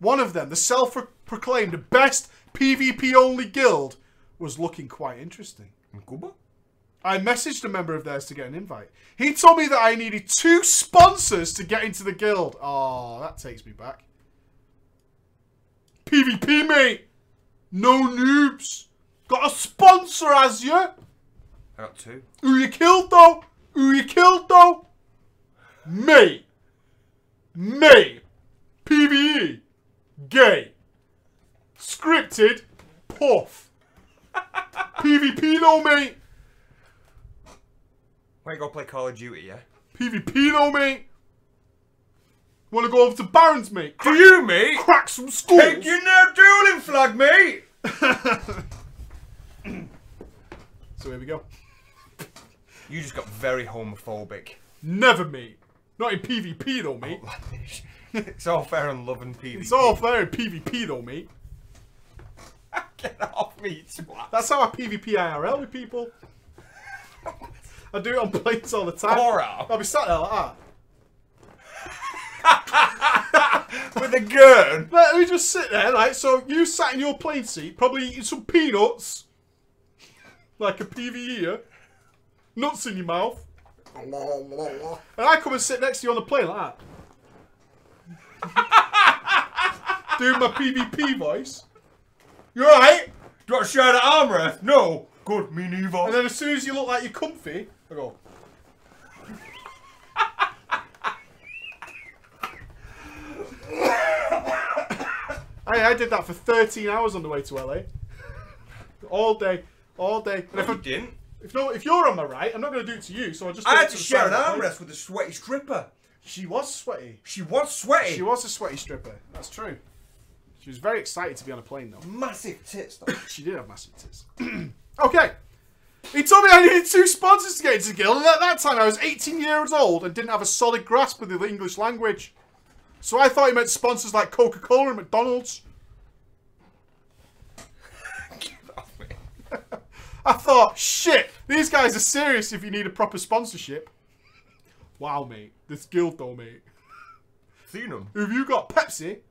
Speaker 1: One of them, the self-proclaimed best PvP-only guild, was looking quite interesting.
Speaker 2: In Cuba?
Speaker 1: I messaged a member of theirs to get an invite. He told me that I needed two sponsors to get into the guild. Oh, that takes me back. PvP, mate! No noobs! Got a sponsor, as you!
Speaker 2: I got two.
Speaker 1: Who you killed, though? Who you killed, though? Me! Me! PvE! Gay! Scripted! Puff! PvP, though, mate!
Speaker 2: Why you go play Call of Duty, yeah?
Speaker 1: PvP though, mate. Wanna go over to Barons, mate?
Speaker 2: Do you, mate?
Speaker 1: Crack some schools.
Speaker 2: Take your no dueling flag, mate!
Speaker 1: So here we go.
Speaker 2: You just got very homophobic.
Speaker 1: Never, mate. Not in PvP though, mate.
Speaker 2: it's all fair and love and peace.
Speaker 1: It's all fair in PvP though, mate.
Speaker 2: Get off me, twat.
Speaker 1: That's how I PvP IRL with people. I do it on planes all the time.
Speaker 2: Alright.
Speaker 1: I'll be sat there like that.
Speaker 2: With a gun.
Speaker 1: Let me just sit there, like, so you sat in your plane seat, probably eating some peanuts, like a PvEer, nuts in your mouth, and I come and sit next to you on the plane like that. Doing my PvP voice.
Speaker 2: You alright? Do you want to share the armrest? No. Good, me neither.
Speaker 1: And then as soon as you look like you're comfy, I go. I, I did that for 13 hours on the way to LA. All day, all day. And if,
Speaker 2: you
Speaker 1: I'm,
Speaker 2: didn't.
Speaker 1: if no, if you're on my right, I'm not going to do it to you, so I just. do
Speaker 2: I
Speaker 1: it
Speaker 2: had to
Speaker 1: the
Speaker 2: share
Speaker 1: side
Speaker 2: an
Speaker 1: of the plane.
Speaker 2: armrest with a sweaty stripper.
Speaker 1: She was sweaty.
Speaker 2: She was sweaty.
Speaker 1: She was a sweaty stripper. That's true. She was very excited to be on a plane, though.
Speaker 2: Massive tits, though.
Speaker 1: She did have massive tits. okay. He told me I needed two sponsors to get into the guild, and at that time I was 18 years old and didn't have a solid grasp of the English language. So I thought he meant sponsors like Coca Cola and McDonald's.
Speaker 2: Get off me.
Speaker 1: I thought, shit, these guys are serious if you need a proper sponsorship. Wow, mate. This guild, though, mate.
Speaker 2: Seen 'em?
Speaker 1: Have you got Pepsi?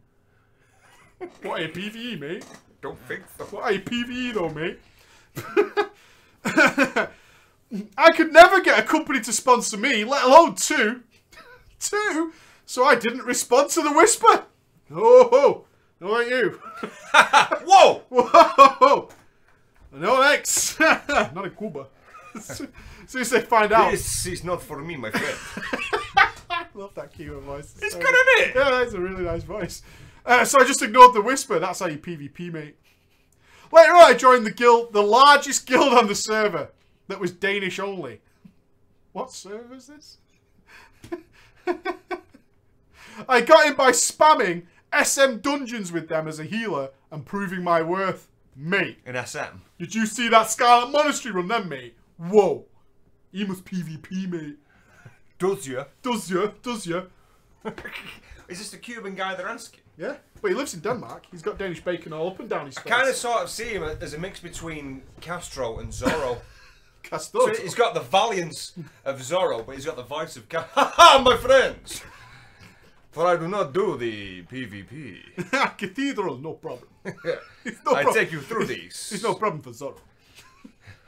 Speaker 1: What are you, PVE, E, mate?
Speaker 2: Don't think so.
Speaker 1: What are you, PVE, though, mate? I could never get a company to sponsor me, let alone two. two? So I didn't respond to the whisper. Oh, ho. no, ain't you.
Speaker 2: Whoa!
Speaker 1: Whoa! No thanks. not in Cuba. as soon as they find out.
Speaker 2: This is not for me, my friend.
Speaker 1: I love that Cuban voice.
Speaker 2: It's
Speaker 1: so
Speaker 2: good, isn't it?
Speaker 1: Yeah, that's a really nice voice. Uh, so I just ignored the whisper. That's how you PvP, mate. Later on, I joined the guild, the largest guild on the server, that was Danish only. What server is this? I got in by spamming SM dungeons with them as a healer and proving my worth, mate.
Speaker 2: In SM.
Speaker 1: Did you see that Scarlet Monastery run then, mate? Whoa. He must PvP, mate.
Speaker 2: Does you?
Speaker 1: Does ya? Does ya?
Speaker 2: Is this the Cuban guy they're asking?
Speaker 1: Yeah. But he lives in Denmark. He's got Danish bacon all up and down his face.
Speaker 2: Kind of sort of see him as a mix between Castro and Zorro.
Speaker 1: Castor.
Speaker 2: So he's got the valiance of Zorro, but he's got the voice of Ca- Ha ha, my friends! For I do not do the PvP.
Speaker 1: Cathedral, no problem. It's no
Speaker 2: I
Speaker 1: problem.
Speaker 2: take you through these.
Speaker 1: It's no problem for Zorro.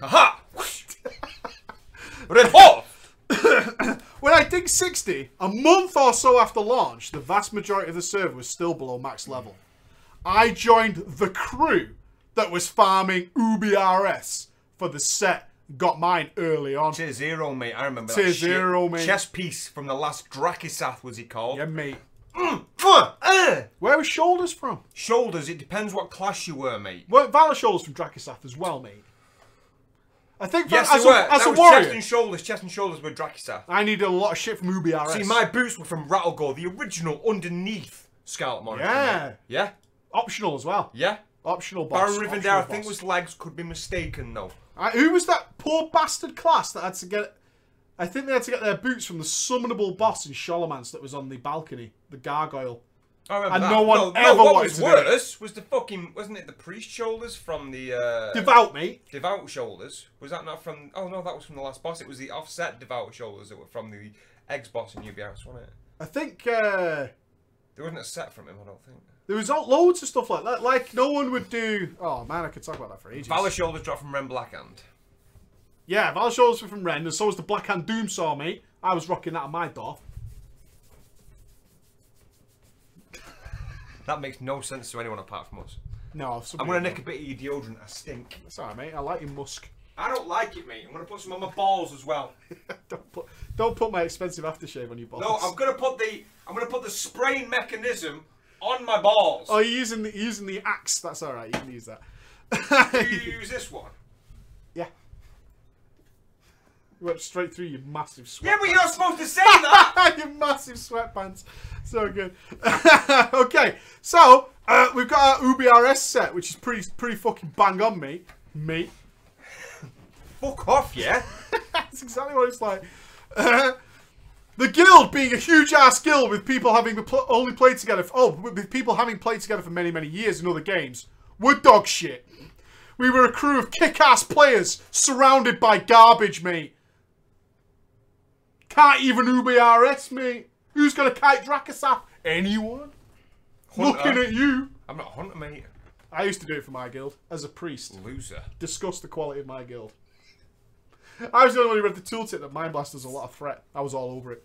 Speaker 2: Aha! Red Hoff!
Speaker 1: When I ding 60, a month or so after launch, the vast majority of the server was still below max level. I joined the crew that was farming UBRS for the set. Got mine early on.
Speaker 2: Tier zero, mate. I remember
Speaker 1: Tier
Speaker 2: that shit.
Speaker 1: zero, mate.
Speaker 2: Chess piece from the last Drakisath was he called?
Speaker 1: Yeah, mate.
Speaker 2: Fuh, eh.
Speaker 1: Where are shoulders from?
Speaker 2: Shoulders. It depends what class you were, mate.
Speaker 1: Weren't Valor shoulders from Drakisath as well, mate? I think that-
Speaker 2: Yes,
Speaker 1: as,
Speaker 2: they were.
Speaker 1: a, as
Speaker 2: that
Speaker 1: a
Speaker 2: was chest
Speaker 1: warrior,
Speaker 2: and shoulders. Chest and shoulders were Drakisath.
Speaker 1: I needed a lot of shit from Ubi RS.
Speaker 2: See, my boots were from Rattlegore, the original underneath Scarlet Monitor.
Speaker 1: Yeah.
Speaker 2: mate. Yeah.
Speaker 1: optional as well.
Speaker 2: Yeah.
Speaker 1: Optional boss.
Speaker 2: Baron Rivendell,
Speaker 1: optional
Speaker 2: I think
Speaker 1: boss.
Speaker 2: was legs could be mistaken though.
Speaker 1: I- who was that poor bastard class that had to get? I think they had to get their boots from the summonable boss in Sholomance that was on the balcony, the gargoyle.
Speaker 2: I remember
Speaker 1: And
Speaker 2: that.
Speaker 1: no one
Speaker 2: no,
Speaker 1: ever
Speaker 2: no, what
Speaker 1: wanted
Speaker 2: was
Speaker 1: to do it.
Speaker 2: worse was the fucking wasn't it the priest shoulders from the uh,
Speaker 1: Devout mate.
Speaker 2: devout shoulders? Was that not from? Oh no, that was from the last boss. It was the offset devout shoulders that were from the ex boss in UBS, wasn't it?
Speaker 1: I think uh,
Speaker 2: There wasn't a set from him, I don't think.
Speaker 1: there was all- loads of stuff like that. Like no one would do. Oh man, I could talk about that for ages.
Speaker 2: Valor shoulders dropped from Ren Blackhand.
Speaker 1: yeah, Valor shoulders were from Ren, and so was the Black Hand Doomsaw mate. I was rocking that on my door.
Speaker 2: That makes no sense to anyone apart from us.
Speaker 1: No,
Speaker 2: I'm gonna nick a bit of your deodorant. I stink.
Speaker 1: Sorry, mate. I like your musk.
Speaker 2: I don't like it, mate. I'm gonna put some on my balls as well.
Speaker 1: don't put don't put my expensive aftershave on your balls.
Speaker 2: No, I'm gonna put the I'm gonna put the spraying mechanism on my balls.
Speaker 1: Oh, you're using the you're using the axe. That's all right. You can use that.
Speaker 2: Do you use this one?
Speaker 1: yeah. You went straight through your massive sweat.
Speaker 2: Yeah, but you're not supposed to say that.
Speaker 1: your massive sweatpants. So good. okay, so uh, we've got our Ubi RS set, which is pretty pretty fucking bang on me, mate.
Speaker 2: Fuck off, yeah.
Speaker 1: That's exactly what it's like. the guild being a huge ass guild with people having the pl- only played together. For, oh, with with people having played together for many many years in other games. We're dog shit. We were a crew of kick ass players surrounded by garbage, mate. Can't even Ubi RS, mate. Who's gonna kite Drakasap? Anyone? Looking at you.
Speaker 2: I'm not a hunter, mate.
Speaker 1: I used to do it for my guild as a priest
Speaker 2: Loser.
Speaker 1: discuss the quality of my guild. I was the only one who read the tooltip that Mind Blaster's a lot of threat. I was all over it.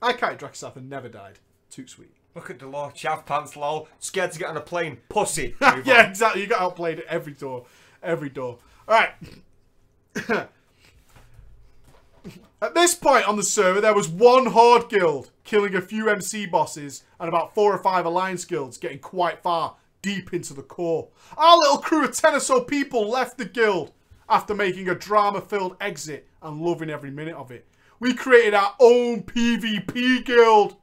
Speaker 1: I kited Draxath and never died. Too sweet.
Speaker 2: Look at Delore, chav pants, lol. Scared to get on a plane, pussy. Move
Speaker 1: yeah,
Speaker 2: on.
Speaker 1: exactly. You got outplayed at every door. Every door. Alright. at this point on the server, there was one Horde guild killing a few MC bosses and about four or five Alliance guilds getting quite far deep into the core. Our little crew of 10 or so people left the guild after making a drama filled exit and loving every minute of it. We created our own PvP guild.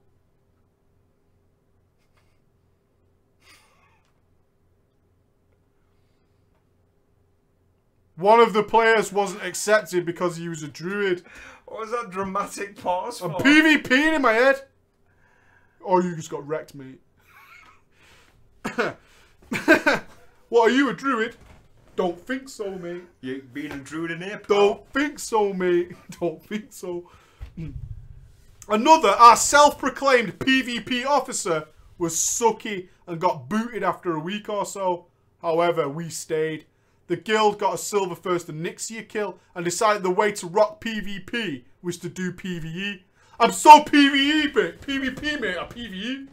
Speaker 1: One of the players wasn't accepted because he was a druid.
Speaker 2: What was that dramatic pause
Speaker 1: I'm
Speaker 2: for?
Speaker 1: PvPing in my head. Oh, you just got wrecked, mate. what are you, a druid? Don't think so, mate.
Speaker 2: you being a druid in here? pal?
Speaker 1: Don't think so, mate. Don't think so. Hmm. Another, our self-proclaimed PvP officer, was sucky and got booted after a week or so. However, we stayed. The guild got a silver first and Nixia kill and decided the way to rock PvP was to do PvE. I'm so PvE, mate. PvP, mate. I PvE.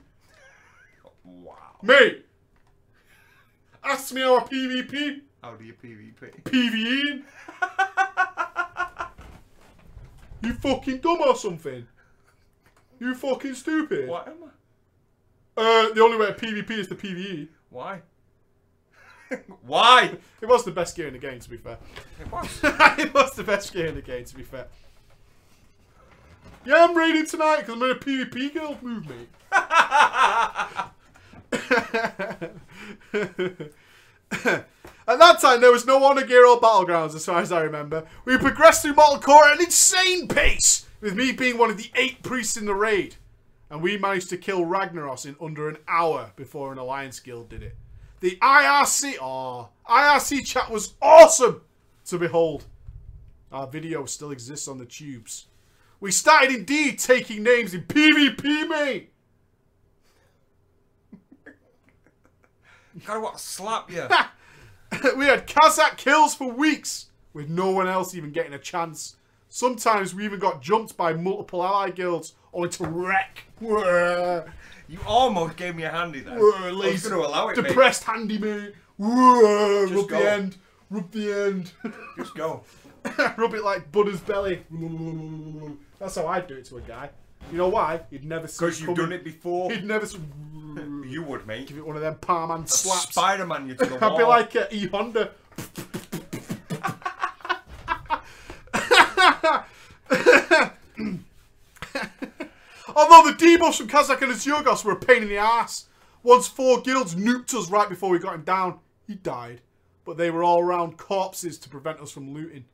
Speaker 2: Wow.
Speaker 1: E? Mate. Ask me how I PvP.
Speaker 2: How do you PvP?
Speaker 1: PvE. you fucking dumb or something? You fucking stupid.
Speaker 2: What am I?
Speaker 1: Uh, the only way to PvP is to PvE.
Speaker 2: Why? Why?
Speaker 1: It was the best gear in the game, to be fair.
Speaker 2: It was.
Speaker 1: it was the best gear in the game, to be fair. Yeah, I'm raiding tonight because I'm in a PvP guild. Move me. At that time, there was no Honor Gear or Battlegrounds, as far as I remember. We progressed through Mortal Kombat at an insane pace, with me being one of the eight priests in the raid. And we managed to kill Ragnaros in under an hour before an Alliance Guild did it. The IRC, oh, IRC chat was awesome to behold. Our video still exists on the tubes. We started indeed taking names in PvP, mate!
Speaker 2: God, I want to slap you.
Speaker 1: we had Kazakh kills for weeks, with no one else even getting a chance. Sometimes we even got jumped by multiple ally guilds, only to wreck. Wah,
Speaker 2: You almost gave me a handy there.
Speaker 1: wah,
Speaker 2: I was
Speaker 1: lazy,
Speaker 2: going to allow it, mate.
Speaker 1: Depressed handy mate. Wah, rub
Speaker 2: go.
Speaker 1: the end. Rub the
Speaker 2: Just go.
Speaker 1: end. rub it like Buddha's belly. That's how I'd do it to a guy. You know why? He'd never see
Speaker 2: Because
Speaker 1: it
Speaker 2: you've
Speaker 1: coming.
Speaker 2: done it before.
Speaker 1: He'd never. s-
Speaker 2: You would, mate.
Speaker 1: Give it one of them palm and slaps.
Speaker 2: Spider Man, you to the
Speaker 1: I'd be
Speaker 2: wall.
Speaker 1: like uh, E Honda. Although the debuffs from Kazak and his Yogos were a pain in the ass. Once four guilds nuked us right before we got him down. He died, but they were all round corpses to prevent us from looting.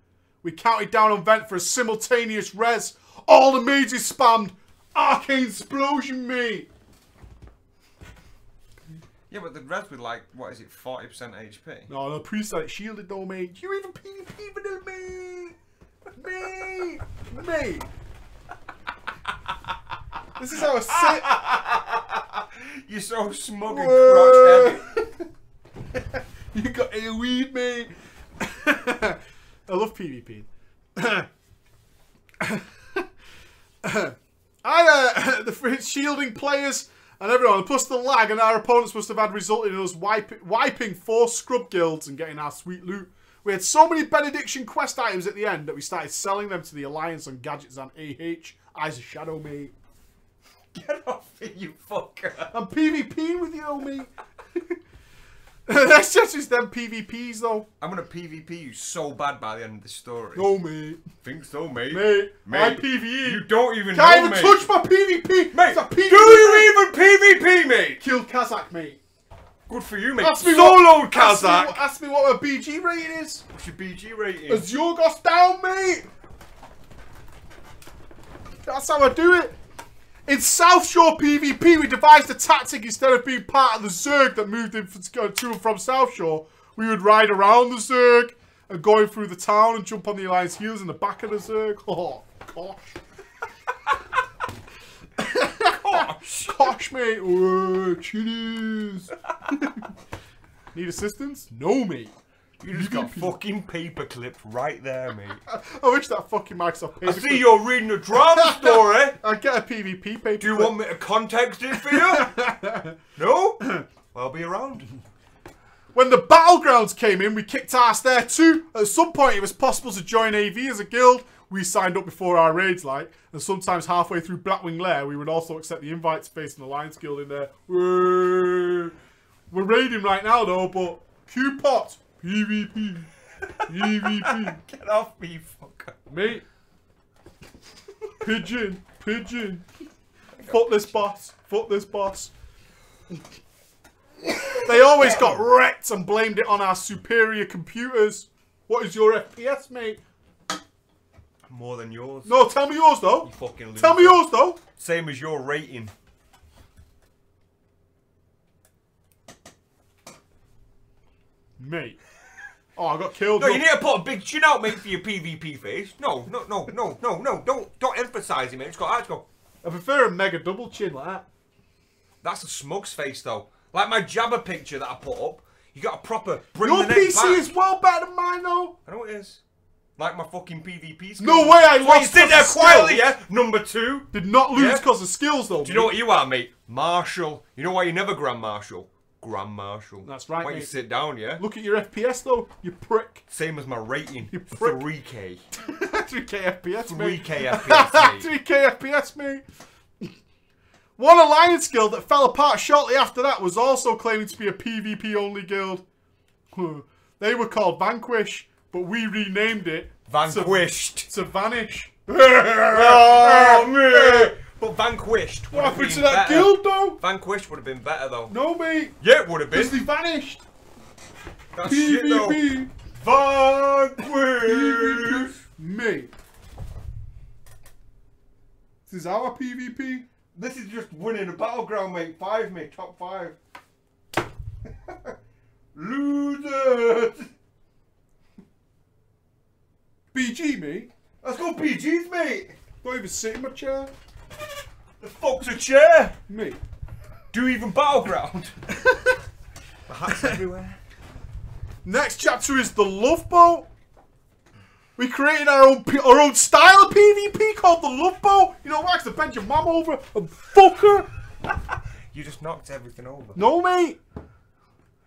Speaker 1: We counted down on Vent for a simultaneous res. All the mages spammed. Arcane explosion, mate.
Speaker 2: Yeah, but the red with like, what is it, 40% HP?
Speaker 1: No, no, priest had it shielded though, mate. You even PvP with it, mate. Mate. Mate. this is how a sit.
Speaker 2: You're so smug and crotch heavy.
Speaker 1: you got a weed, mate. I love PvP. I uh, the fr- shielding players and everyone, plus the lag and our opponents must have had resulted in us wipe- wiping four scrub guilds and getting our sweet loot. We had so many benediction quest items at the end that we started selling them to the Alliance on gadgets and AH. Eyes of Shadow, mate.
Speaker 2: Get off me, you fucker.
Speaker 1: I'm PvPing with you, homie. That's just, just them PvPs, though.
Speaker 2: I'm going to PvP you so bad by the end of this story.
Speaker 1: No, mate.
Speaker 2: Think so, mate.
Speaker 1: Mate,
Speaker 2: Mate,
Speaker 1: I PvE.
Speaker 2: You don't even
Speaker 1: Can't
Speaker 2: know,
Speaker 1: even
Speaker 2: mate.
Speaker 1: touch my PvP.
Speaker 2: Mate,
Speaker 1: it's a PvP.
Speaker 2: do you even PvP, mate?
Speaker 1: kill Kazakh, mate?
Speaker 2: Good for you, mate.
Speaker 1: Ask me
Speaker 2: Solo
Speaker 1: what, ask me
Speaker 2: Kazakh.
Speaker 1: what- Ask me, what a BG rating is.
Speaker 2: What's your BG rating?
Speaker 1: Is Yorgos down, mate? That's how I do it. In South Shore PvP, we devised a tactic instead of being part of the Zerg that moved in f- to and from South Shore. We would ride around the Zerg and going through the town and jump on the Alliance heels in the back of the Zerg. Oh, gosh.
Speaker 2: Gosh.
Speaker 1: Gosh, mate. Oh, cheers. Need assistance? No, mate.
Speaker 2: You just got fucking paper clipped right there, mate.
Speaker 1: I wish that fucking Microsoft
Speaker 2: I
Speaker 1: paper
Speaker 2: see you're reading a drama story.
Speaker 1: I'd get a PvP paper.
Speaker 2: Do you want me to context it for you? no? I'll be around.
Speaker 1: When the battlegrounds came in, we kicked ass there too. At some point, it was possible to join AV as a guild. We signed up before our raids, like, and sometimes halfway through Blackwing Lair, we would also accept the invite to face an Alliance guild in there. We're, we're raiding right now though, but Q pot PvP, PvP,
Speaker 2: Get off me, fucker.
Speaker 1: mate, pigeon, pigeon, foot this boss, foot this boss. They always got wrecked and blamed it on our superior computers. What is your FPS, mate?
Speaker 2: More than yours.
Speaker 1: No, tell me yours though.
Speaker 2: You fucking loser.
Speaker 1: Tell me yours though.
Speaker 2: Same as your rating.
Speaker 1: Mate. Oh, I got killed.
Speaker 2: No,
Speaker 1: No,
Speaker 2: you need to put a big chin out, mate, for your PvP face. No, no, no, no, no, no. Don't, don't emphasise it, mate. It's got, it's got.
Speaker 1: I prefer a mega double chin like that.
Speaker 2: That's a smug's face though. Like my jabber picture that I put up. You got a proper. Bring
Speaker 1: Your
Speaker 2: the neck
Speaker 1: PC
Speaker 2: back.
Speaker 1: is well better than mine though.
Speaker 2: I know it is. Like my fucking PvP. Skill.
Speaker 1: No way I
Speaker 2: That's why you
Speaker 1: lost
Speaker 2: sit there
Speaker 1: because of
Speaker 2: quietly,
Speaker 1: skills.
Speaker 2: yeah. Number two.
Speaker 1: Did not lose
Speaker 2: Yeah.
Speaker 1: because of skills though.
Speaker 2: Do you know what you are, mate? Marshal. You know why you never Grand Marshal? Grand Marshal.
Speaker 1: That's right,
Speaker 2: Why you
Speaker 1: mate.
Speaker 2: sit down, yeah.
Speaker 1: Look at your FPS though, you prick.
Speaker 2: Same as my rating.
Speaker 1: prick.
Speaker 2: Three K.
Speaker 1: 3k FPS,
Speaker 2: Three
Speaker 1: mate.
Speaker 2: K
Speaker 1: 3k FPS, mate. One alliance guild that fell apart shortly after that was also claiming to be a PvP only guild. Huh. They were called Vanquish, but we renamed it
Speaker 2: Vanquished.
Speaker 1: to Vanish.
Speaker 2: Oh,
Speaker 1: what
Speaker 2: mate. But vanquished. What
Speaker 1: happened to that guild though?
Speaker 2: Vanquished would have been better though.
Speaker 1: No, mate.
Speaker 2: Yeah, it would have
Speaker 1: Is
Speaker 2: been.
Speaker 1: they vanished?
Speaker 2: That's shit though.
Speaker 1: PvP.
Speaker 2: Vanquished.
Speaker 1: Mate. This is our PvP.
Speaker 2: This is just winning a battleground, mate. Five, mate. Top five. Losers.
Speaker 1: BG, mate.
Speaker 2: Let's go PGs, mate.
Speaker 1: Don't even sit in my chair.
Speaker 2: The fuck's a chair?
Speaker 1: Mate.
Speaker 2: Do you even battleground? My hat's everywhere.
Speaker 1: Next chapter is the Love Boat. We created our own P- our own style of PvP called the Love Boat. You know, I have to bend your mum over and fuck her.
Speaker 2: You just knocked everything over.
Speaker 1: No, mate.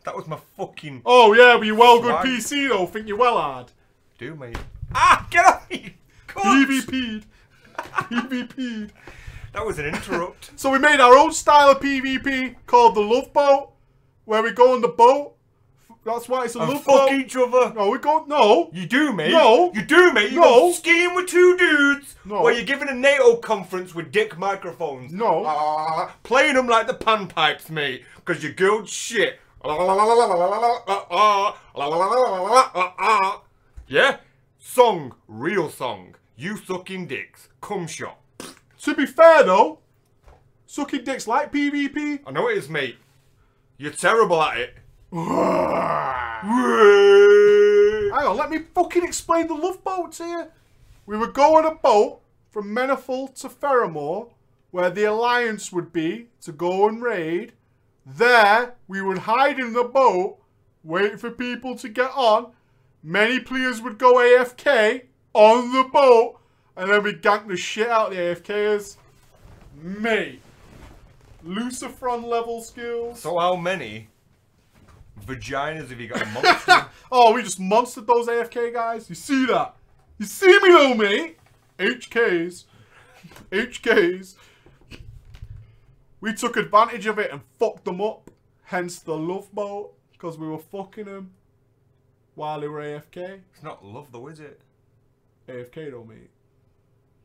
Speaker 2: That was my fucking
Speaker 1: Oh yeah, but you well good
Speaker 2: Why?
Speaker 1: PC though. Think you well hard.
Speaker 2: do, mate. Ah, get off me! cunt!
Speaker 1: PvP'd. PvP'd.
Speaker 2: That was an interrupt.
Speaker 1: So we made our own style of PvP called the Love Boat, where we go on the boat. F- That's why it's a
Speaker 2: and
Speaker 1: love
Speaker 2: fuck
Speaker 1: boat.
Speaker 2: each other.
Speaker 1: No, we go. No,
Speaker 2: You do, mate.
Speaker 1: No.
Speaker 2: You do, mate. You
Speaker 1: No.
Speaker 2: go skiing with two dudes.
Speaker 1: No.
Speaker 2: Where you're giving a NATO conference with dick microphones.
Speaker 1: No.
Speaker 2: Ah, playing them like the panpipes, mate. Because your girl's shit. La, la, la, la, la, la, la, la, ah, ah. La, la, la, la, la, la, la, ah, ah. Yeah? Song. Real song. You sucking dicks. Cum shot.
Speaker 1: To be fair though, sucking dicks like PvP.
Speaker 2: I know it is, mate. You're terrible at it.
Speaker 1: Hang on, let me fucking explain the love boat to you. We would go on a boat from Manifold to Ferramore, where the alliance would be to go and raid. There, we would hide in the boat, wait for people to get on. Many players would go AFK on the boat, and then we'd gank the shit out of the AFKers. Mate. Lucifron level skills.
Speaker 2: So how many vaginas have you got amongst you?
Speaker 1: Oh, we just monstered those AFK guys. You see that? You see me though, mate? HKs. HKs. We took advantage of it and fucked them up. Hence the love boat. Because we were fucking them while they were AFK.
Speaker 2: It's not love though, is it?
Speaker 1: AFK though, mate.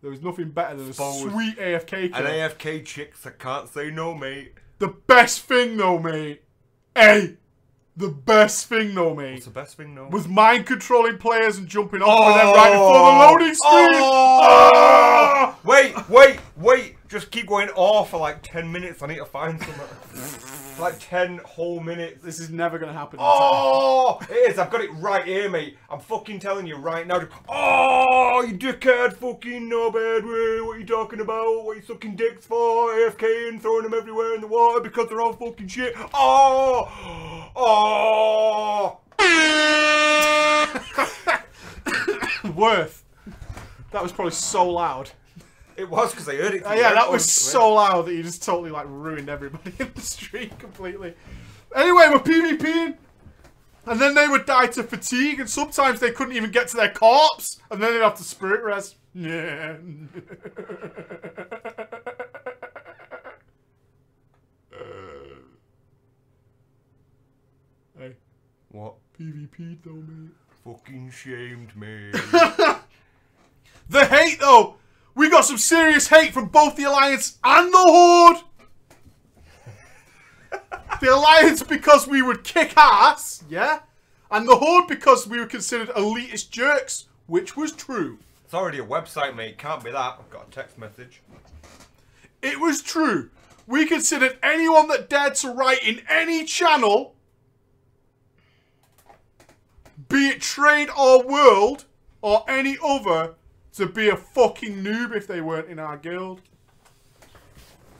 Speaker 1: There was nothing better than a
Speaker 2: Suppose-
Speaker 1: sweet AFK
Speaker 2: An
Speaker 1: kill.
Speaker 2: AFK chicks, I can't say no, mate.
Speaker 1: the best thing though, mate. Hey! The best thing though,
Speaker 2: It's
Speaker 1: mate.
Speaker 2: the best thing, no.
Speaker 1: was mind controlling players and jumping off with them right before the loading screen. Ah!
Speaker 2: Oh! Wait, wait, wait. Just keep going off for like 10 minutes. I need to find something. like 10 whole minutes.
Speaker 1: This is never gonna happen. in
Speaker 2: Oh, it is. I've got it right here, mate. I'm fucking telling you right now. Oh, you dickhead, fucking knobhead. wait, What are you talking about? What are you sucking dicks for? AFK and throwing them everywhere in the water because they're all fucking shit. Oh, oh.
Speaker 1: time. worth. That was probably so loud.
Speaker 2: It was because I heard it.
Speaker 1: Uh, yeah, that was so loud that you just totally like ruined everybody in the street completely. Anyway, we're PvPing. And then they would die to fatigue, and sometimes they couldn't even get to their corpse, and then they'd have to spirit rest. Yeah. hey,
Speaker 2: What?
Speaker 1: PvP though, mate.
Speaker 2: Fucking shamed me.
Speaker 1: The hate, though! We got some serious hate from both the Alliance and the Horde! the Alliance because we would kick ass, yeah? and the Horde because we were considered elitist jerks, which was true.
Speaker 2: It's already a website, mate. Can't be that. I've got a text message.
Speaker 1: It was true. We considered anyone that dared to write in any channel, be it trade or world or any other, to be a fucking noob if they weren't in our guild.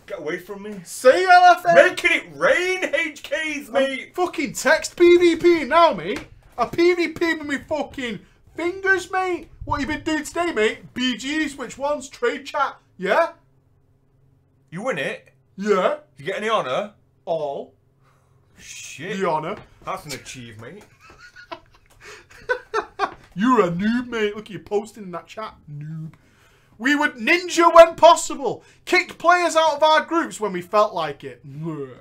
Speaker 2: Get away from me.
Speaker 1: See LFA?
Speaker 2: Making it rain,
Speaker 1: Oh.
Speaker 2: HKs, mate.
Speaker 1: Fucking text PvP now, mate. A PvP with me fucking fingers, mate. What you been doing today, mate? BGs, which ones? Trade chat? Yeah?
Speaker 2: You win it.
Speaker 1: Yeah?
Speaker 2: You get any honour?
Speaker 1: All.
Speaker 2: Shit.
Speaker 1: The honour.
Speaker 2: That's an achievement.
Speaker 1: You're a noob, mate. Look, you're posting in that chat, noob. We would ninja when possible, kicked players out of our groups when we felt like it. Bleh.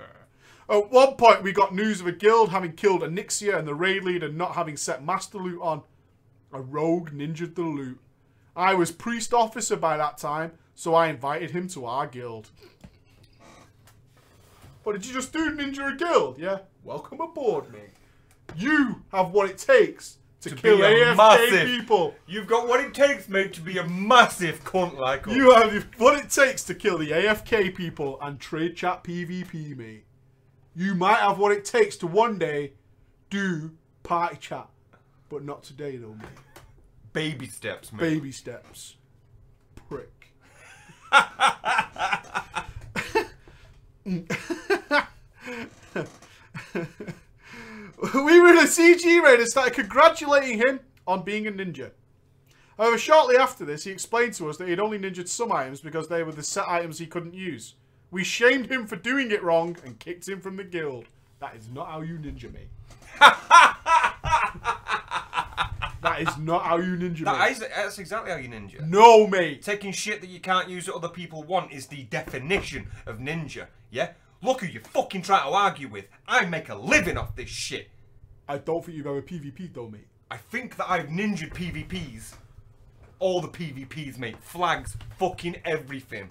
Speaker 1: At one point, we got news of a guild having killed Anixia and the raid leader not having set master loot on. A rogue ninjaed the loot. I was priest officer by that time, so I invited him to our guild. What did you just do, ninja a guild? Yeah, welcome aboard, mate. You have what it takes to,
Speaker 2: To be
Speaker 1: kill
Speaker 2: a
Speaker 1: AFK
Speaker 2: massive-
Speaker 1: people.
Speaker 2: You've got what it takes, mate, to be a massive cunt like us.
Speaker 1: You have what it takes to kill the AFK people and trade chat PvP, mate. You might have what it takes to one day do party chat, but not today, though, mate.
Speaker 2: Baby steps, mate.
Speaker 1: Baby steps. Prick. we were in a CG raid and started congratulating him on being a ninja. However, shortly after this, he explained to us that he had only ninja'd some items because they were the set items he couldn't use. We shamed him for doing it wrong and kicked him from the guild. That is not how you ninja me. that is not how you ninja me.
Speaker 2: That is, that's exactly how you ninja.
Speaker 1: No, mate.
Speaker 2: Taking shit that you can't use that other people want is the definition of ninja, yeah? Look who you fucking try to argue with. I make a living off this shit.
Speaker 1: I don't think you've ever PvP though, mate.
Speaker 2: I think that I've ninja PvPs. All the PvPs, mate. Flags, fucking everything.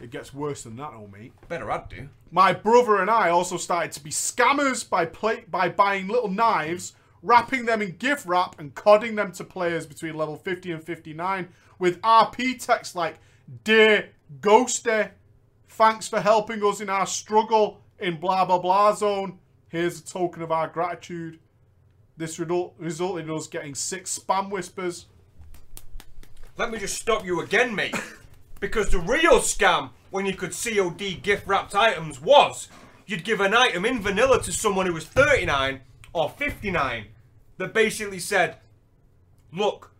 Speaker 1: It gets worse than that, though, mate.
Speaker 2: Better I'd do.
Speaker 1: My brother and I also started to be scammers by play- by buying little knives, wrapping them in gift wrap, and codding them to players between level 50 and 59 with RP text like "Dear Ghosty, thanks for helping us in our struggle in blah blah blah zone. Here's a token of our gratitude." This result resulted in us getting six spam whispers.
Speaker 2: Let me just stop you again, mate. Because the real scam when you could COD gift wrapped items was you'd give an item in vanilla to someone who was 39 or 59 that basically said, Look,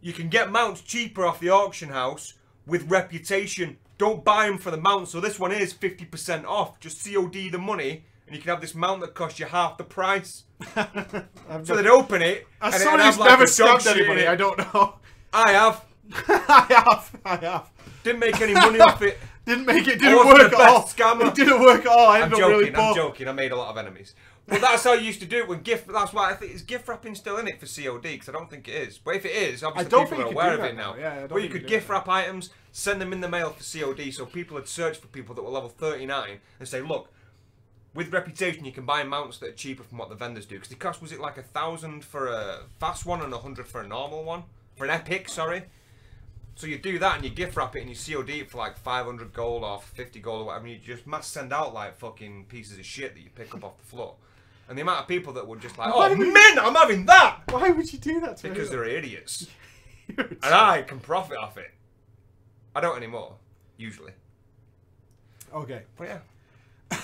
Speaker 2: you can get mounts cheaper off the auction house with reputation. Don't buy them for the mount, so this one is 50% off. Just COD the money, and you can have this mount that costs you half the price. so they'd open it.
Speaker 1: As
Speaker 2: and it'd
Speaker 1: someone
Speaker 2: have,
Speaker 1: who's
Speaker 2: like,
Speaker 1: never
Speaker 2: a dog
Speaker 1: stabbed
Speaker 2: shit in
Speaker 1: anybody,
Speaker 2: it.
Speaker 1: I don't know.
Speaker 2: I have.
Speaker 1: I have, I have.
Speaker 2: Didn't make any money off it.
Speaker 1: Didn't make it. Didn't
Speaker 2: wasn't
Speaker 1: work
Speaker 2: the
Speaker 1: at all.
Speaker 2: best scammer.
Speaker 1: It didn't work at all. I
Speaker 2: I'm
Speaker 1: ended up
Speaker 2: joking.
Speaker 1: really
Speaker 2: I'm
Speaker 1: poor.
Speaker 2: joking. I made a lot of enemies. But that's how you used to do it when gift. That's why I think is gift wrapping still in it for COD because I don't think it is. But if it is, obviously
Speaker 1: don't
Speaker 2: people
Speaker 1: think
Speaker 2: are
Speaker 1: you could
Speaker 2: aware
Speaker 1: do
Speaker 2: of
Speaker 1: that
Speaker 2: it
Speaker 1: now.
Speaker 2: now.
Speaker 1: Yeah, I don't
Speaker 2: but you
Speaker 1: think you
Speaker 2: could
Speaker 1: do
Speaker 2: gift
Speaker 1: that.
Speaker 2: wrap items, send them in the mail for COD, so people would search for people that were level 39 and say, look, with reputation, you can buy mounts that are cheaper from what the vendors do because the cost was it like a thousand for a fast one and a hundred for a normal one for an epic, sorry. So you do that and you gift wrap it and you COD it for like 500 gold or 50 gold or whatever. And you just must send out like fucking pieces of shit that you pick up off the floor. And the amount of people that were just like,
Speaker 1: Why
Speaker 2: oh,
Speaker 1: would-
Speaker 2: men, I'm having that!
Speaker 1: Why would you do that to me?
Speaker 2: Because they're idiots.
Speaker 1: You're a
Speaker 2: And I can profit off it. I don't anymore, usually.
Speaker 1: jerk. okay,
Speaker 2: But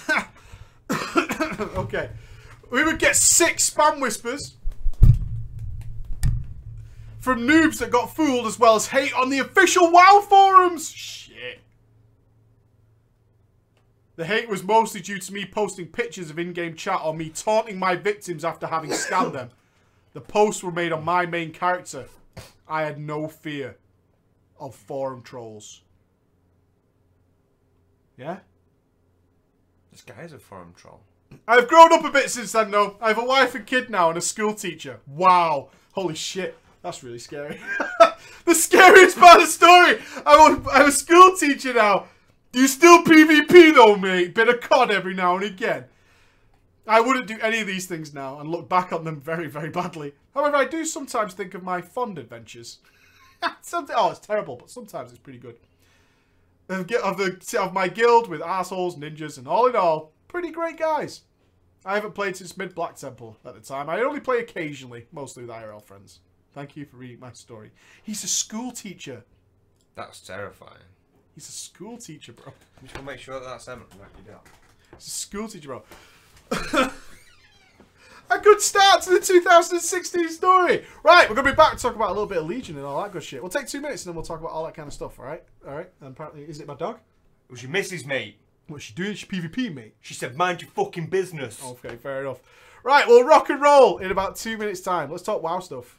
Speaker 2: yeah.
Speaker 1: okay. We would get six spam whispers from noobs that got fooled, as well as hate on the official WoW forums. Shit. The hate was mostly due to me posting pictures of in-game chat or me taunting my victims after having scammed them. The posts were made on my main character. I had no fear of forum trolls. Yeah?
Speaker 2: This guy is a forum troll.
Speaker 1: I've grown up a bit since then, though. I have a wife and kid now and a school teacher. Wow. Holy shit. That's really scary. the scariest part of the story. I'm a, I'm a school teacher now. You still PvP, though, mate. Bit of COD every now and again. I wouldn't do any of these things now and look back on them very, very badly. However, I do sometimes think of my fond adventures. Somet- oh, it's terrible, but sometimes it's pretty good. Of, gi- of the of my guild with assholes, ninjas, and all in all, pretty great guys. I haven't played since Mid Black Temple at the time. I only play occasionally, mostly with IRL friends. Thank you for reading my story. He's a school teacher.
Speaker 2: That's terrifying.
Speaker 1: He's a school teacher, bro.
Speaker 2: I'm just gonna make sure that that's Emma. Knock you down.
Speaker 1: He's a school teacher, bro. a good start to the 2016 story. Right, we're gonna be back to talk about a little bit of Legion and all that good shit. We'll take two minutes and then we'll talk about all that kind of stuff. All right, all right. And apparently, isn't it my dog?
Speaker 2: It was your missus, mate.
Speaker 1: What's she doing? She PvP mate.
Speaker 2: She said, mind your fucking business.
Speaker 1: Okay, fair enough. Right, we'll rock and roll in about two minutes' time. Let's talk WoW stuff.